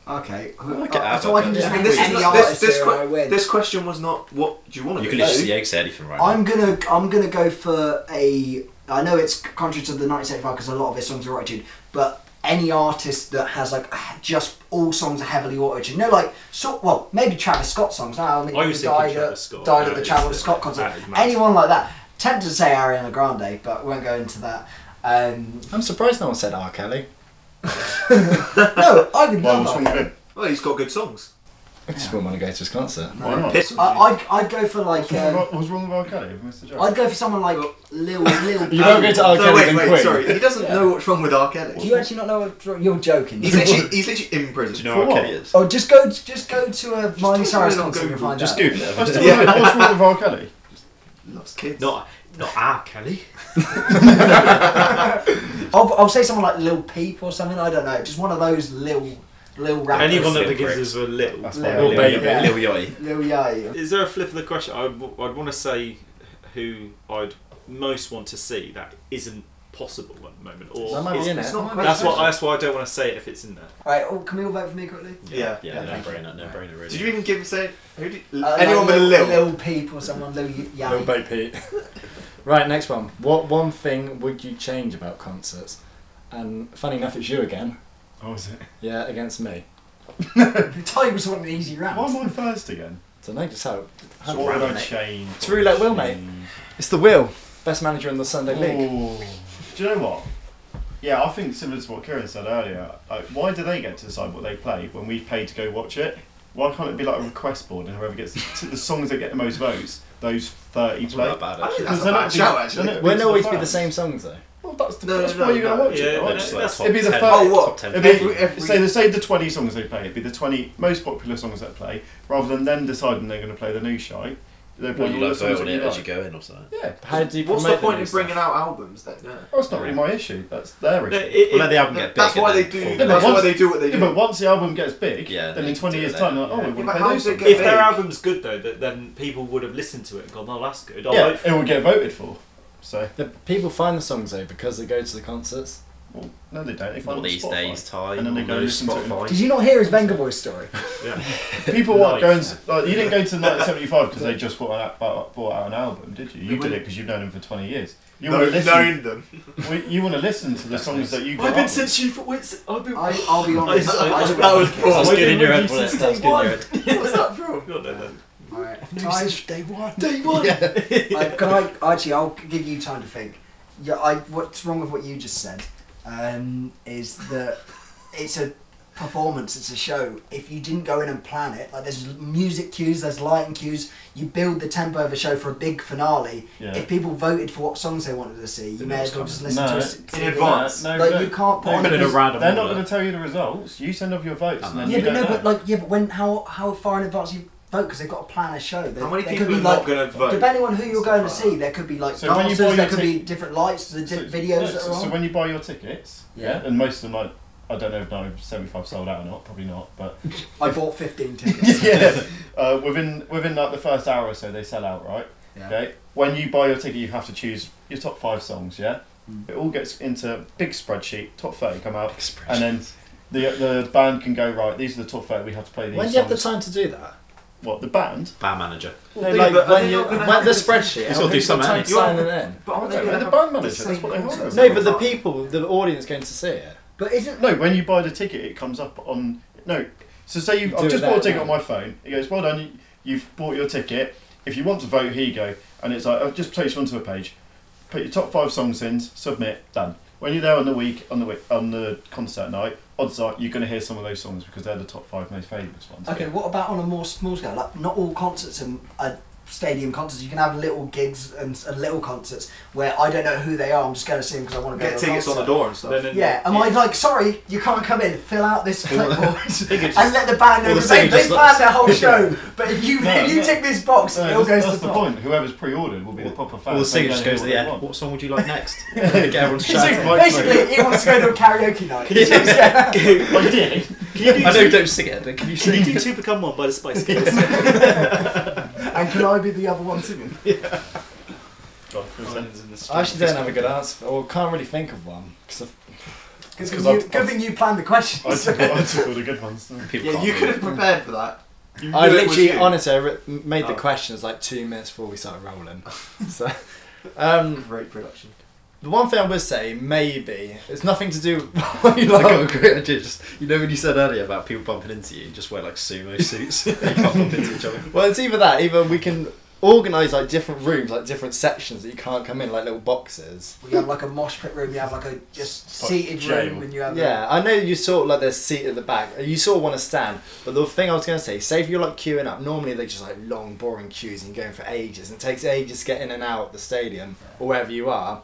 okay. Look at Uh, Abba. So I can just I mean, pick this is any not, this, artist this, here and I que- win. this question was not what do you want You to can do. literally see the eggs elephant right now. I'm gonna I'm gonna go for a. I know it's contrary to the 1975 because a lot of his songs are autotune, but any artist that has like just all songs are heavily autotune, no, like so well maybe Travis Scott songs. Now I mean, I was he thinking died at, Travis Scott. died That at the is- Travis Scott that concert. is mad. Anyone like that? Tempted to say Ariana Grande, but we won't go into that. Um, I'm surprised no one said R. Kelly. no, I Well, would love. what's that. wrong with it? Well, he's got good songs. I just wouldn't want to go to his concert. Why not? Piss I, I'd, I'd go for like What's wrong um, with- What's wrong with R. Kelly? Mr. I'd Jones? go for someone like Lil Lil. You don't go to R. no, Kelly wait, and wait, Queen. sorry. He doesn't know what's wrong with R. Kelly. Do you actually not know what you're joking? he's, literally, he's literally in prison. Do you know For what what? Kelly is? Oh, just go, just go to a Miley do Cyrus it on concert and Google. find Just out. Google I it. still don't know What's wrong with R. Kelly? Loves kids. Not, not R. Kelly. I'll, I'll say someone like Lil Peep or something. I don't know. Just one of those Lil Lil rappers. Anyone that Slim begins Bricks. as a little. That's my Lil idea. Baby. Yeah. Lil Yachty. Lil Yachty. Is there a flip of the question? I w- I'd want to say who I'd most want to see that isn't possible at the moment. Or That might is- be in it. It's not my that's question. what that's why I don't want to say it if it's in there. All right, oh, can we all vote for me quickly? Yeah. Yeah, no thank you. brainer, no brainer really. Did you even give say who did, Uh, anyone like with a little? Lil Peep or someone Lil Y- Yachty. Little Bo Pete. right, next one. What one thing would you change about concerts? And funny enough, it's you again. Oh, is it? Yeah, against me. The time was an easy round. Why am I first again? So no, just how. So how what would I mate. change? It's roulette wheel, mate. It's the will. Best manager in the Oh, Sunday League. Ooh. Do you know what? Yeah, I think similar to what Kieran said earlier. Like, why do they get to decide what they play when we pay to go watch it? Why can't it be like a request board and whoever gets to the songs that get the most votes, those thirty It's not play? that bad, I actually. think that's Because a then bad it'd be- shout, then actually. it'd Won't to always be the fans. same songs though. Well, that's the No, that's no, why you're no, gonna watch yeah, it. no, right? Just no, like that's- top it'd be the 10, fir- Oh, what? top 10, It'd be- 15. Every- say the say the twenty songs they play. It'd be the twenty most popular songs that play, rather than them deciding they're going to play the new shite. They play Well, you all like the songs vote that on you it as you like. go in or something. Yeah, How do you What's the promote point new in bringing stuff? out albums then? Yeah. well, it's not really my issue. That's their No, issue. it- it- Well, let the album get big. That's and why then they do. full- Yeah, but that's why once- they do what they Yeah, do. but once the album gets big, Yeah, then they in twenty do years that. time, they're like, oh, Yeah. we Yeah, want but to how play those does it songs. get if their big? album's good though, that then people would have listened to it and gone, "Oh, that's good." I'll yeah, vote for it will get voted for. So The people find the songs though because they go to the concerts. well, no, they don't. They find All it on these Spotify. days, time, And then they all go those listen to it. Spotify. Did you not hear his Venga Boy story? People Life. weren't going. s- Like, you didn't go to 1975 because they just bought out, bought bought out an album, did you? You did it because you've known them for 20 years. You No, want to listen. known them. well, you want to listen to the songs that you. it. grew I've been up since you. Since, I've been. I, I'll be honest. I, I- I- don't- that was That was Why good in didn't your we head, use wasn't it? this That was good in your head. What's that from? Not know that. all right, time- day one. Day one. I, can I actually? I'll give you time to think. Yeah, I. What's wrong with what you just said? Um, is that it's a performance. It's a show. If you didn't go in and plan it, like there's music cues, there's lighting cues. You build the tempo of a show for a big finale. Yeah. If people voted for what songs they wanted to see, you Then may it was as well just coming. listen to No, a s- it's CD. in advance. No, like no. you can't. No, put but on in a a- random They're not order. going to tell you the results. You send off your votes, and then yeah, you but don't no, know. but like yeah, but when how how far in advance you vote because they've got to plan a show. They, How many they people could are be like not going to vote? Depending on who you're Stuff going to like see, there could be like So when you dancers, buy there your could tic- be different lights, the di- So- videos no, that so, are on. so when you buy your tickets, yeah. Yeah. and most of them like I don't know if no seventy five sold out or not. Probably not, but I bought 15 tickets. yeah. Uh, within within like the first hour or so, they sell out, right? Yeah. Okay. When you buy your ticket, you have to choose your top five songs. Yeah. Hmm. It all gets into a big spreadsheet. Top thirty come out, and then the the band can go right. These are the top thirty. We have to play these. When do songs. you have the time to do that? What the band? Band manager. No, Yeah, like but are when they you not gonna when have the this- spreadsheet. It's got how to do many something, time hasn't to it? sign it in. But aren't they No, going the to band manager. That's what they want. want. No, but the people, the audience going to see it. But isn't No, when you buy the ticket, it comes up on no. So say you, You do I've just that bought a ticket now. on my phone. It goes, well done, you, you've bought your ticket. If you want to vote, here you go. And it's like I've just placed you onto a page. Put your top five songs in, submit, done. When you're there on the week, on the week, on the concert night, odds are you're going to hear some of those songs because they're the top five most famous ones. Okay, what about on a more small scale? Like, not all concerts and uh, stadium concerts. You can have little gigs and, and little concerts where I don't know who they are. I'm just going to see them because I want to go Get to a tickets on the concert. door and stuff. Then in- Yeah, am I like sorry? You can't come in. Fill out this clipboard it's and let the band know Well, the because they, singer they just planned their whole show. But if you No, if you no. tick this box, No, it all that's, goes that's to the, the top. point. Whoever's pre-ordered will be the proper fan. All the singer They're just gonna goes to hear the end. what they want. What song would you like next? Get everyone shouting. Mike Basically, he wants to go to a karaoke night. He's just Ideally, I know you don't sing it, but can you Can sing you it? do two become one by the Spice Girls? gonna- and can I be the other one singing? God, for a second. Ah, I actually don't have a good answer, for, or can't really think of one. 'cause I've- Good 'cause thing you, I've- good thing you planned the I questions. took, I took all the good ones. People Yeah, can't you read. could have prepared for that. You I knew it was literally, you. honestly, I re- made the Oh. questions like two minutes before we started rolling. so, um, Great production. the one thing I would say, maybe, it's nothing to do. with what you I like. got a great idea. Just you know when you said earlier about people bumping into you, just wear like sumo suits. you can't bump into each other. Well, it's either that, either we can organise like different rooms, like different sections that you can't come in, like little boxes. We have like a mosh pit room. You have like a just Like seated jail. room, and you have Yeah, I know you sort of like there's seat at the back. You sort of want to stand, but the thing I was gonna say, say if you're like queuing up, normally they're just like long, boring queues and you're going for ages, and it takes ages to get in and out of the stadium or wherever you are.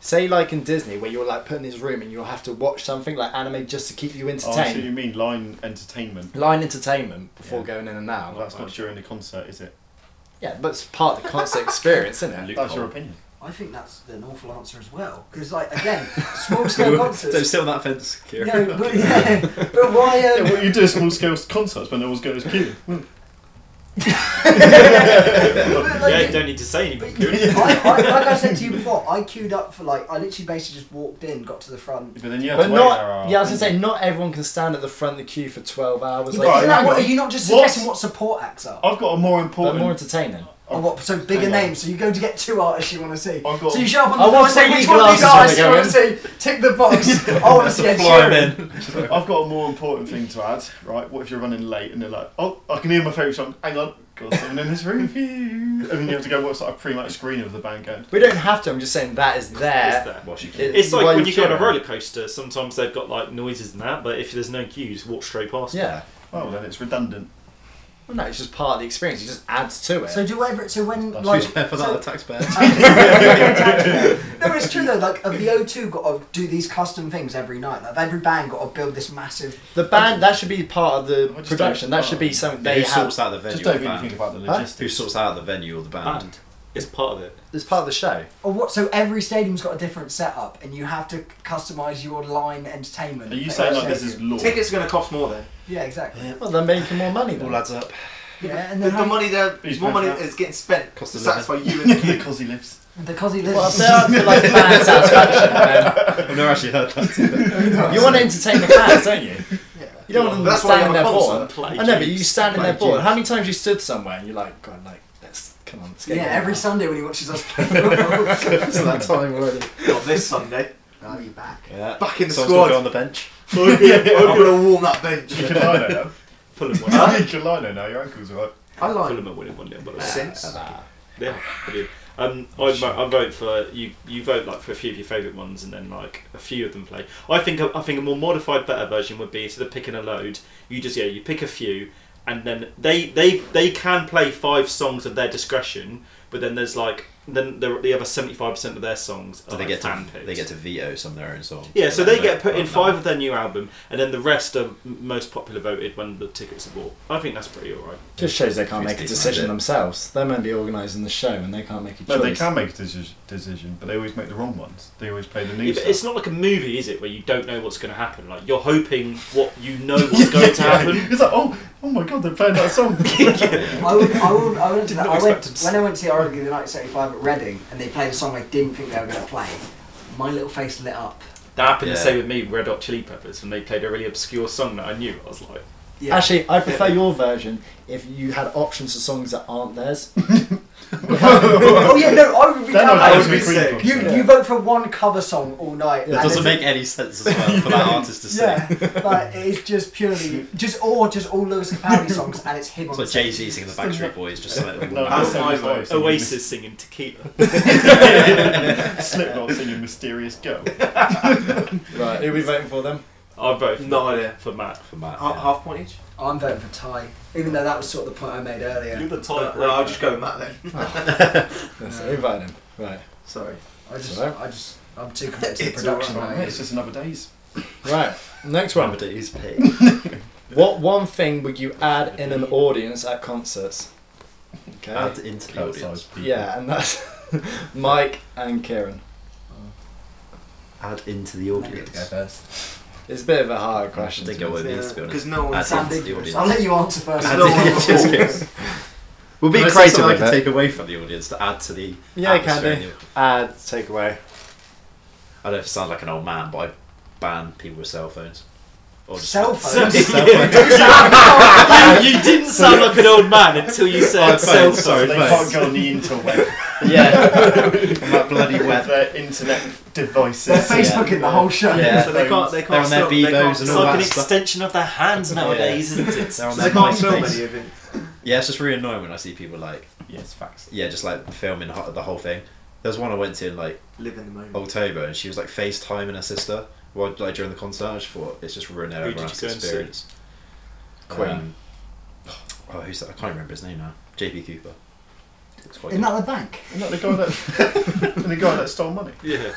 Say like in Disney where you're like put in this room and you'll have to watch something like anime just to keep you Oh, I see what you entertained. mean line entertainment. Line entertainment before Yeah. going in and out. Well, that's not during the concert, is it? Yeah, but it's part of the concert experience, isn't it? That's your opinion. I think that's an awful answer as well. Because, like, again, small scale Don't concerts. sit on that fence, Kieran. No, but, yeah, but why? Yeah, Um, well, you do small scale concerts when no one's going to queue. but, like, yeah, you don't need to say but anything. you- I, I, like I said to you before, I queued up for like I literally basically just walked in, got to the front. But then you have But to wait there. not, hour. yeah, I was gonna say, not everyone can stand at the front of the queue for 12 hours. Yeah, like, but isn't that hang what, on. are you not just What's- suggesting what support acts are? I've got a more but important. more entertaining. Or what? So bigger hang on. names. So you go to get two artists you want to see. I've got- So you show up on I the door want and say three which one of these artists glasses when you I want to see. Tick the box. I want to see Ed Fly Sheeran. them in. I've got a more important thing to add. Right, what if you're running late and they're like, oh, I can hear my favourite song. Hang on, got someone in this room for you. And then you have to go watch like a pre-match screen of the band going. We don't have to, I'm just saying that is It's there. there. It- It's like while when you go on a queuing. roller coaster, sometimes they've got like noises and that, but if there's no queue, you just walk straight past it. Yeah. Oh, then it's redundant. Well, no, it's just part of the experience, it just adds to it. So do whatever. So when That's like Who's paying for that? so- The taxpayer. no, but it's true though. Like uh, the O2 got to do these custom things every night. Like every band got to build this massive. the band, that should be part of the I just production, don't- that should be something Yeah, they who sorts have. out the venue? Just or don't the really band? think about the Huh? Who logistics. sorts out the venue or the band? Band. It's part of it. It's part of the show. Or what? So every stadium's got a different setup, and you have to customize your line entertainment. Are you for saying each like this is stadium. law? Tickets are going to cost more then. Yeah, exactly. Yeah, Well, they're making more money then. All adds up. and The, then the how you- money there, He's more money better. is getting spent Cost to of living. satisfy you and the Yeah, kid. because he lives. because he Well, if lives. they're up for like fan satisfaction, then I've never actually heard that. you want to entertain the fans, don't you? Yeah. You don't want them That's why you have standing there a bored. concert. Play I know, but gigs. you stand in Play there bored. gigs. How many times you stood somewhere and you're like, God, like, let's come on, let's get yeah, going every now." Sunday when he watches us play football. It's that time already. Not this Sunday. oh, you back. Yeah. Back in the Someone's gotta squad. go on the bench. I'm going to warm that bench. You can lie there now. Fulham won. You can lie there now. Your ankle's alright. I like Fulham are winning one 0 but since. yeah, I do. Um, I, mo- I vote for you. You vote like for a few of your favourite ones, and then like a few of them play. I think a, I think a more modified, better version would be instead of picking a load, you just yeah you pick a few, and then they they they can play five songs of their discretion. But then there's like then the, the other seventy five percent of their songs are So they like get fan to picks. they get to veto some of their own songs. yeah, so they get put Oh, in no. five of their new album, and then the rest are m- most popular voted when the tickets are bought. I think that's pretty alright. Just shows they can't Who's make decided? a decision themselves. They're meant to be organising the show and they can't make a choice. No, they can make a deci- decision, but they always make the wrong ones. They always play the new Yeah, but stuff. it's not like a movie, is it, where you don't know what's going to happen? Like you're hoping what you know what's going to happen. It's like, oh, oh my god, they're playing that song. I would, I would, I would, Did I not went, expect to- when I went to see Origin the Night 75 at Reading and they played a song I didn't think they were going to play, my little face lit up. That happened the Yeah. same with me, Red Hot Chili Peppers, when they played a really obscure song that I knew. I was like, Yeah. Actually, I prefer your version if you had options for songs that aren't theirs. oh, yeah, no, I would be Then down. I I was would be going to You, you vote for one cover song all night. It Yeah. and doesn't it's- make any sense as well for that artist to sing. Yeah, but it is just purely just or just all Lewis Capaldi songs and it's him on It's like stage. Jay Z singing the Backstreet Boys, just like No, That's that's my my Oh, voice. Oasis singing Tequila. Slipknot singing Mysterious Girl. right, who are we voting for them? I vote for, No idea. for Matt. for Matt. Ha- Yeah. Half point each? I'm voting for Ty, even though that was sort of the point I made earlier. Uh, You're the No, type. no, I'll just go with Matt then. Yes, who voted him? Right. Sorry. I just, Sorry. I just, I'm too committed to the It's production. Right, mate. it's just another day's. Right, next Well, one. but it is paid. What one thing would you add in an audience at concerts? Okay. Add into the audience. outside people. yeah, and that's Mike and Kieran. Add into the I'm good to go audience. first. It's a bit of a hard question. think to I would. It answer. is, to be honest. Because no one Add sounds into the audience. I'll let you answer first. Add No in- one Just performs. kidding. We'll be Can I say creative. something I about can take away from the audience to add to the. Yeah, it can atmosphere in do. the- Add, take away. I don't know if it sounds like an old man, but I ban people with cell phones. Or just- Cell phones. you, you didn't sound like an old man until you said Cell so. phones. So Sorry, they phones. can't go on the interweb Yeah. On that bloody with web. their internet They're devices. Facebooking the whole show. Yeah. So they can't. They They're can't. on their film- they Bebos can't- and It's all like an that stuff. extension of their hands nowadays, isn't it? They're on So their they can't film MySpace. any of it. Yeah, it's just really annoying when I see people like, Yes, facts. yeah, just like filming ho- the whole thing. There was one I went to in like Live in the moment. October, and she was like FaceTiming her sister while like during the concert. I just thought it's just ruining Who did you everyone's go and see? experience. Queen. Um, oh, who's that? I can't remember his name now. JP Cooper. It's quite Isn't that the bank? Isn't that the guy that, the guy that stole money? Yeah.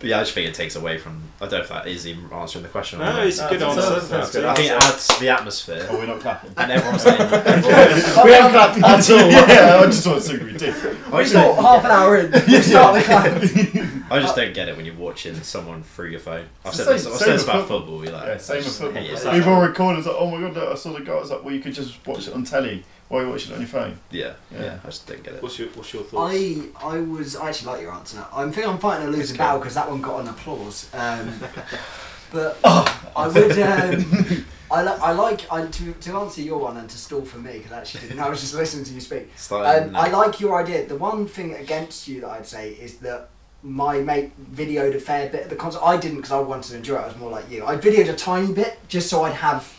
But yeah, I just think it takes away from. I don't know if that is even answering the question. or No, not. it's a good That's- answer. that's- that's good. I think it answer. adds to the atmosphere, Oh, we're not clapping. and everyone's saying. we haven't clapped. That's all. yeah, I just want to see what we did. I We just, thought don't, half an hour in. We start the clap. I just don't get it when you're watching someone through your phone. I've It's said the this. same- I've same said this with about football. football. We like. Yeah, same with football. Hey, Exactly. We've all recorded. It's like, oh my god, look, I saw the guy. It's like, well, you could just watch it on telly. Why are you watching it on your phone? Yeah, Yeah. yeah. I just don't get it. What's your, what's your thoughts? I I was I actually like your answer. I think I'm fighting a losing battle because that one got an applause. Um, but I would um, I, li- I like I, to to answer your one and to stall for me because I actually didn't. I was just listening to you speak. Starting Um, I like your idea. The one thing against you that I'd say is that my mate videoed a fair bit of the concert. I didn't because I wanted to enjoy it. I was more like you. I videoed a tiny bit just so I'd have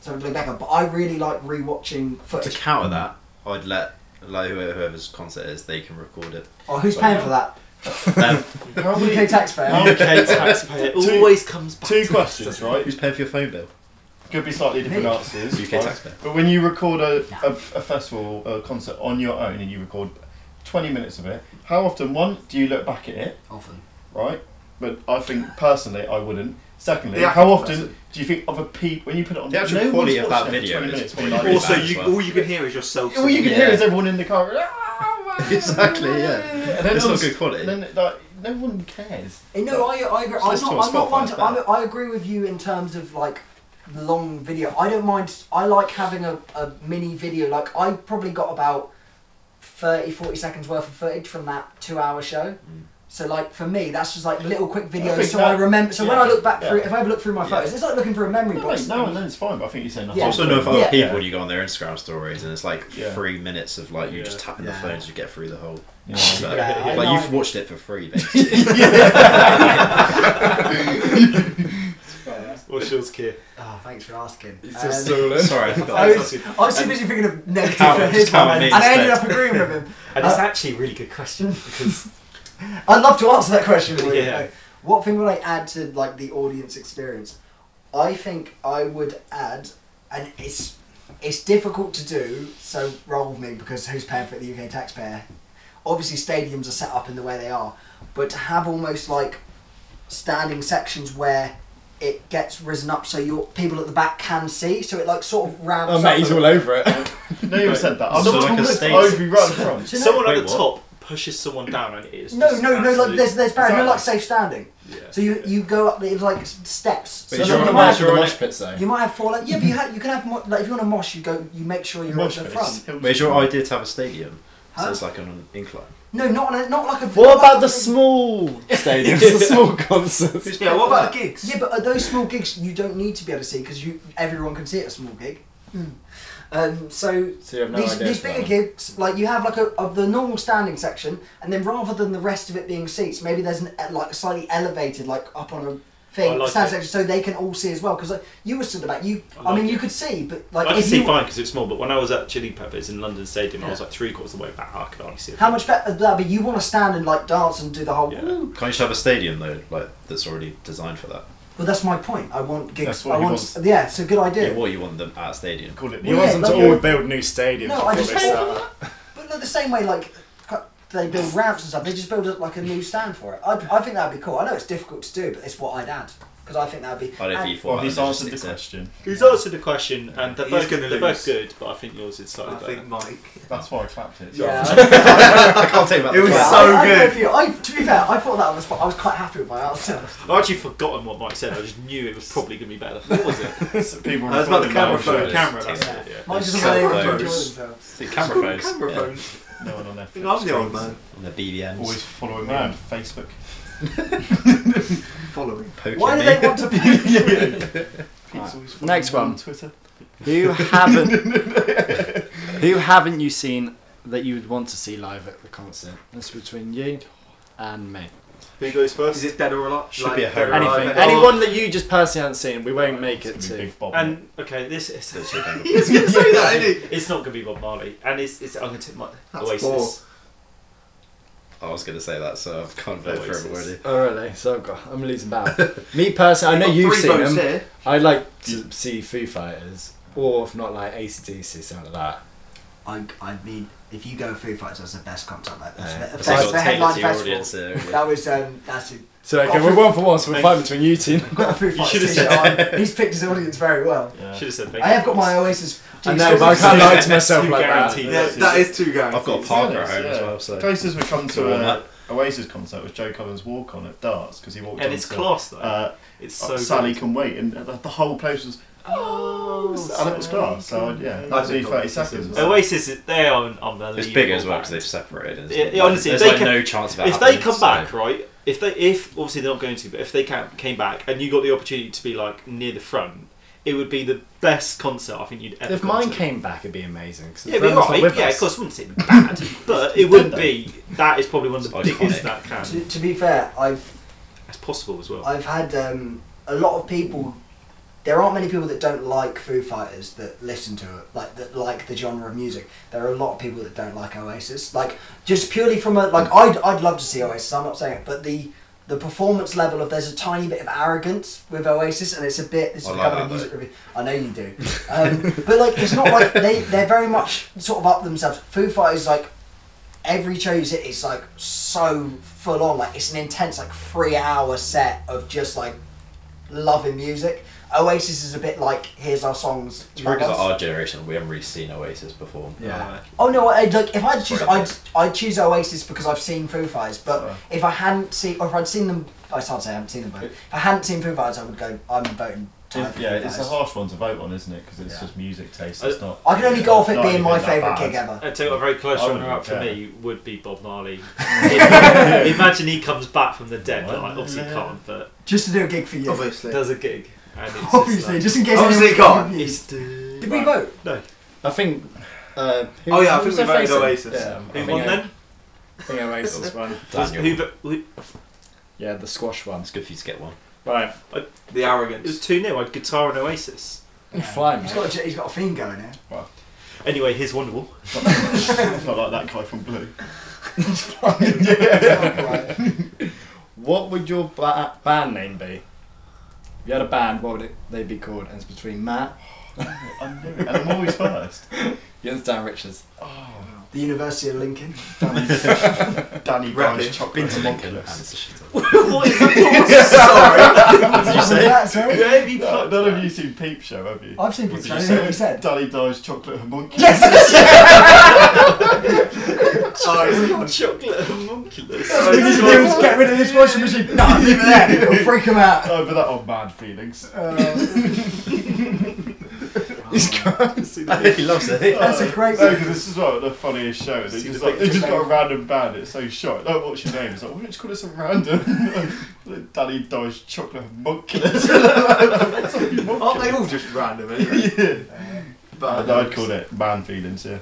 something to look back on. But I really like rewatching to footage. counter that, I'd let like whoever- whoever's concert is they can record it. Oh, who's paying for that? Um, How UK many? taxpayer. UK taxpayer Two- always comes back. Two to questions, right? who's paying for your phone bill? Could be slightly different Me. answers. UK right? taxpayer. But when you record a, a, a festival a concert on your own and you record 20 minutes of it, how often, one, do you look back at it, Often. right? But I think personally, I wouldn't. Secondly, Yeah, how often person. do you think other people, when you put it on The actual no one's quality of that watched it for video 20 is minutes, pretty being like, really Also, bad as you, well. all you can hear is yourself. all you can singing. hear Yeah. is everyone in the car. "Ah, man." Exactly, yeah. And then It's not everyone's- good quality. And then, like, no one cares. Eh, No, I, I agree. It's I'm just not, on I'm not one Spotify, to, it's I'm, better. I agree with you in terms of like long video. I don't mind. I like having a, a mini video. Like I probably got about 30, 40 seconds worth of footage from that two hour show. So like for me, that's just like little quick videos. Mm. think so that- I remember. So when yeah, I look back yeah. through, if I ever look through my Yeah. photos, it's like looking through a memory No, box. like, now and then it's fine, but I think you're saying the Yeah. whole Also, know if thing. other Yeah. people you go on their Instagram stories and it's like Yeah. three minutes of like you just Yeah. tapping Yeah. the phones, you get through the whole. Yeah. So, Yeah, I like know. you've watched it for free, basically. What's yours, Keir? Oh, thanks for asking. He's Um, just stolen. Sorry, I I forgot. was, I was too busy thinking of negative How- for his just how one, me and I ended up instead. agreeing with him. And it's actually a really good question because I'd love to answer that question. for you. Yeah. What thing would I add to like the audience experience? I think I would add, and it's it's difficult to do. So roll with me because who's paying for it? The UK taxpayer. obviously stadiums are set up in the way they are, but to have almost like standing sections where it gets risen up so your people at the back can see, so it like sort of rounds Oh, up. mate, he's a- all over it. No, you said that. I'm So not like a like state- I'd be right in front. Do you know- Someone at Wait, the what? top pushes someone down, and it is no, just no, no, like absolute- there's there's barriers, no Exactly. like safe standing. So you you go up the like s- steps. But so you you're on might- about the you mosh pits though. might- You might have four. Like, yeah, but you, have, you can have mo- like if you want to mosh, you go. You make sure you're Mosh at the pits. front. But is your idea to have a stadium? Huh? So it's like on an incline. No, not on a, not like a. What about the small stadiums, the small concerts? Yeah, what about the gigs? Yeah, but at those small gigs, you don't need to be able to see because you everyone can see at a small gig. Um, so So you have no these, idea. these for bigger that. gigs, like you have like a of the normal standing section, and then rather than the rest of it being seats, maybe there's an e- like slightly elevated, like up on a I thing like stand it. section, so they can all see as well. Because like, you were stood about you, I I, mean, like you it. could see, but like I can if see you, fine because it's small, but when I was at Chili Peppers in London Stadium, I was Yeah. like three quarters of the way back. I could hardly see it. how much better that? But you want to stand and like dance and do the whole. Yeah. Can't you just have a stadium though, like that's already designed for that? Well, that's my point. I want gigs. That's what I he want. wants. Yeah, it's a good idea. Yeah, what you want them at a stadium? Call it You Yeah, want them to like- all build new stadiums. No, I before just- they start. But like, the same way, like they build ramps and stuff, they just build like a new stand for it. I, I think that'd be cool. I know it's difficult to do, but it's what I'd add because I think that'd be. I don't and- think you thought Well, about he's that, just answered the stick there. question. He's answered the question, and they're, He's both, gonna they're both lose. good, but I think yours is slightly I better. think Mike. That's why I clapped it. yeah, I can't take about It the was clap. so- I, I, I, good. for you. I, to be fair, I thought that on the spot. I was quite happy with my answer. I've actually forgotten what Mike said. I just knew it was probably going to be better. What was it? So people That's about the recording camera The camera. phone. live shows. That's Yeah. it. Yeah. Mine's just Cell a way to enjoy phones. themselves. See, camera phones. Camera yeah. phones. No one on their I think I'm the old phones. man. And the BBMs. Always following me on Facebook. Following. poking Why do me. they want to? Pay? Pete's Right. always following Next me on one. Twitter. Who haven't? who haven't you seen that you would want to see live at the concert? That's between you and me. Who goes Is first? it dead or alive? Should be a Dead or Alive, home Dead Anything. or Alive? Anyone that you just personally haven't seen, we won't make it It's gonna be to. Big Bob. And okay, this is. He was going to say that, didn't he? It's not going to be Bob Marley, and it's. it's I'm going to take my That's Oasis. I was going to say that, so I've can't vote for Oasis. everybody. Oh really? So I've got, I'm losing battle. me personally, I know you've Three seen votes them. Here. I like to see Foo Fighters, or if not like ACDC, something like that. I, I mean, if you go Foo Fighters, that's the best concert like that. Yeah. That's the Uh, So That's best- you've the got headline Taylor to your festival. audience uh, here. That was um. That's it. So okay, Oh, we're one for one, so thank we're fighting between you two. Got a Foo Fighters should've t-shirt on. He's picked his audience very well. Yeah. Should have said. I have got my Oasis. I t-shirt. know, but I can't lie to myself You like guarantee that. Yeah, that is too guaranteed. I've got a partner at home as well, so. Closest we come to uh, Warm an up. Oasis concert was Joe Collins' walk on at darts because he walked And on it's to, class though. Uh, it's so. Sally can wait, and the, the whole place was oh, and it was class. So I'd- yeah, That's that'd be a thirty cool- seconds. good. Oasis, is- they are an unbelievable. It's bigger as well because band. they've separated. Yeah, It's- yeah, honestly, if there's they like can- no chance of that if they happening, come so- back, right? If they, if obviously they're not going to, but if they ca- came back and you got the opportunity to be like near the front, it would be the best concert I think you'd ever. If gone mine to. came back, it'd be amazing. 'cause yeah, it'd be Brendan's not right. with Yeah, us. of course, I wouldn't say bad, but it wouldn't be. That is probably one of the It's biggest iconic. that can. To, to be fair, I've That's possible as well. I've had um, a lot of people. There aren't many people that don't like Foo Fighters that listen to it, like that like the genre of music. There are a lot of people that don't like Oasis, like just purely from a like. I'd I'd love to see Oasis. I'm not saying it, but the the performance level of there's a tiny bit of arrogance with Oasis, and it's a bit. This I is like becoming a that, music though. review. I know you do, um, but like it's not like they they're very much sort of up themselves. Foo Fighters like every show you sit is like so full on. Like it's an intense like three hour set of just like loving music. Oasis is a bit like here's our songs. It's probably love because us. our generation we haven't really seen Oasis perform. Yeah. Oh no! I, like if I choose, Sorry. I'd, I'd choose Oasis because I've seen Foo Fighters. But Sorry. if I hadn't seen, or if I'd seen them, I can't say I haven't seen them. But if I hadn't seen Foo Fighters, I would go. I'm voting. Time If- for yeah, it's Foo a Fighters. harsh one to vote on, isn't it? Because it's Yeah. just music taste. I- It's not. I can only go off it Not being even my that favourite bad. gig ever. I tell you what, a very close I wouldn't runner up for care. me would be Bob Marley. Imagine he comes back from the dead, but like, obviously can't, but Just to do a gig for you. Obviously. does a gig. And it's just Obviously, like- just in case. Obviously anyone- can't. He's- Did we vote? I think. Uh, who- Oh, yeah, I who think was we I voted facing? Oasis. Yeah, I Who think uh, won O- then? I think Oasis won. Daniel, Who, vo- who, Yeah, the squash one. it's good for you to get one. Right. The it was arrogance. 2 0. I had guitar and Oasis. Yeah. Fly, He's mate. got a, he's got a theme going here. Anyway, here's Wonderwall. It's not like that guy from Blue. What would your ba- band name be? If you had a band, what would it, they be called? And it's between Matt, I knew it. And I'm always first. you and Dan Richards. Oh, the University of Lincoln. Danny Rapping. Brown's chocolate. Been to And homunculus. it's a shit up. what is that? Sorry. What did you say? Where have you No, plucked none that? of you seen Peep Show, have you? I've seen What did pictures. I you didn't know what you said. Danny Dyer's chocolate homunculus. Chocolate, chocolate homunculus. What did you do was get rid of this washing machine. No, leave it there. It'll freak him out. Over that on mad feelings. Uh, he loves it. that's a great. No, because this is like the funniest show. They See just the like they picture, just got a random band. It's so short. Like, what's your name? It's like, why don't you call it some random? like, Danny Dyer's chocolate homunculus. Aren't they all just random? Anyway? I'd But um, I'd call it man feelings. Yeah.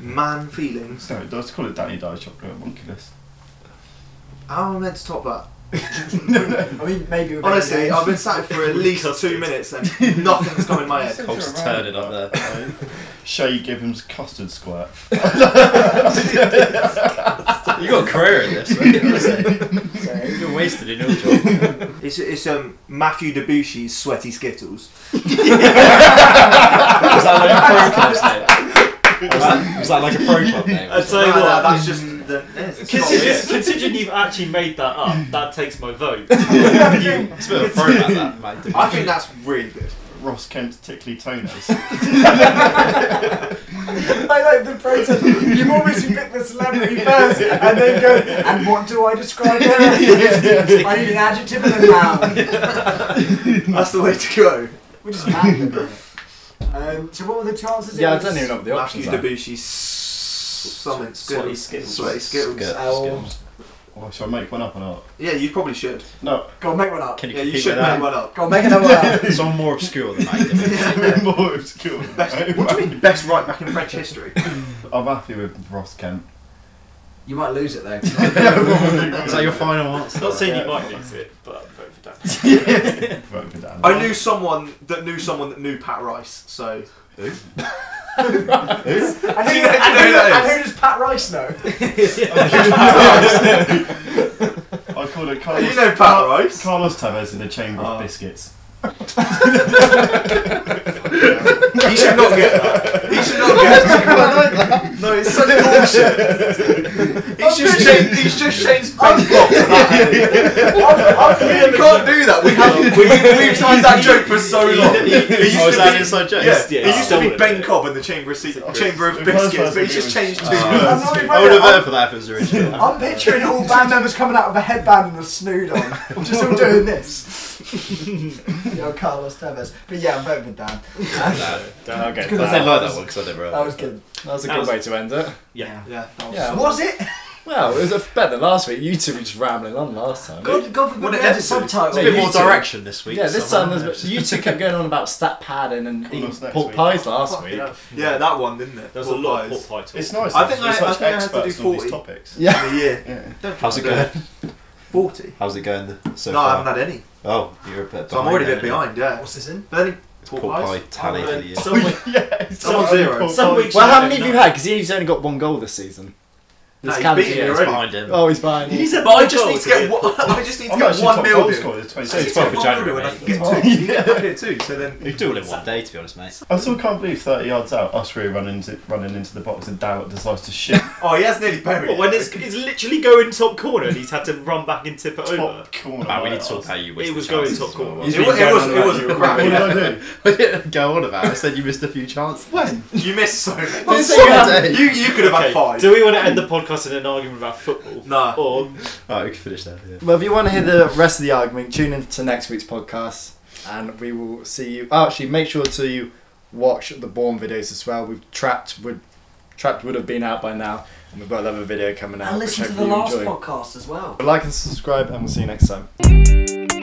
man feelings. No, let's call it Danny Dyer's chocolate homunculus. How am I meant to top that? I mean, maybe. we're Honestly, better I've been sat for at least two minutes and nothing's come in my head. Cobb's turning up there. Shay Gibbons custard squirt. You got a career in this. Right? days. You're wasted in your job. It's, it's um Matthew Debussy's sweaty skittles. Was that like a pro club name? Was that, was that like a pro club name? I Was it? tell you Nah, nah, what. that's just the. it's- it's not Considering, weird. considering you've actually made that up, that takes my vote. It's a bit of a throwback, that. Mike, didn't I it? think that's really good. Ross Kemp's tickly toenails. I like the process. You've obviously picked the celebrity first, and then go. And what do I describe her? I need an adjective and a noun, That's the way to go. which is random. Um, so what were the chances? it Yeah, I was- don't even know what the Matthew options are. Debussy's something Sweaty skittles. Sweaty skittles. Skittles. L. oh, shall I make one up or not? Yeah, you probably should. No, God, make one up. Can you Yeah, you compete should with that? make one up. God, make another one up. Some more obscure than Mike. didn't it? more obscure. than that. What do you mean best right back in French history? I'm happy with Ross Kemp. You might lose it though. Is that your final answer? Not saying you might lose it, but I'd vote for that. Vote for Dan. I knew someone that knew someone that knew Pat Rice, so And who, You don't and know who- that and is. who does Pat Rice know? I called it Carlos. you know Pat Rice. Carlos Tevez in the Chamber Oh. of Biscuits. He should not get that. He should not get that. No, it's such bullshit. He's just changed. He's just changed Bangkok. to that. You can't do that. We have we, we've had that joke for so long. It used Oh, is to be- that an inside joke? Yeah, Yeah, it used to be stolen Ben it. Cobb and the Chamber of, Se- Chamber of The first Biscuits, person but he's who just was- changed two Ah. words. I'm not even- I would have voted for that if it was original. I'm picturing all band members coming out with a headband and a snood on, just all doing this. Yo, Carlos Tevez. But yeah, I'm voting for Dan. Okay, Because I that, didn't like that one because I never That was good. that was a That good was- way to end it. Yeah. Yeah, that was- Yeah. Was it? Well, it was a better than last week. You two were just rambling on last time. God, God forbid What we an had a episode. subtitle. There's a No, bit you more two- direction this week. Yeah, this time somehow. there's, you two kept going on about stat padding and Call eating us next pork week. pies last Fucking week. hell. Yeah, that one, didn't it? There was a Four lot of pies. pork pie talk. It's nice. I I think I- think I we're such think I had to experts do on these 40. topics. Yeah. In a year. Yeah. Don't How's it fucking do going? Forty. How's it going so No, far? I haven't had any, Oh, you're a bit. so I'm already a then, bit behind. Yeah, What's this in? but then yeah. pork Pork pie pies. tally for the year. Some, week, yeah, I'm on zero. some weeks. Well, you how don't many have you know. had? Because he's only got one goal this season. This Nah, he's calendar beaten year. me It's already. behind him. Oh, he's behind. He said, But I just need to get one. I just need to I'm get actually one top goal meal. deal. scorer. There's I just need 26. to get 12th of one meal January, deal and I can get two. You can mate. get up here too. So then You could do all in one day, to be honest, mate. I still can't believe 30 yards out, us three running into, running into the box and Dowett decides to shit oh, he has nearly buried. But it. when it's, it's literally going top corner and he's had to run back and tip it over. top corner. Man, we need right to talk out. how you. waste It was the going chances top as well. corner. it was, it was, it was What did crap. I do? I didn't go on about. it. I said you missed a few chances. When? You missed so many. On You Sunday. you could have had Okay, five. do we want to end the podcast in an argument about football? Nah. Or Alright, we can finish that. Yeah. Well, if you want to hear the rest of the argument, tune in to next week's podcast, and we will see you. Oh, actually, make sure to you watch the Bourne videos as well. We've trapped would trapped would have been out by now, and we've got another video coming out. And listen which to the hopefully you last enjoy. podcast as well. Like and subscribe, and we'll see you next time.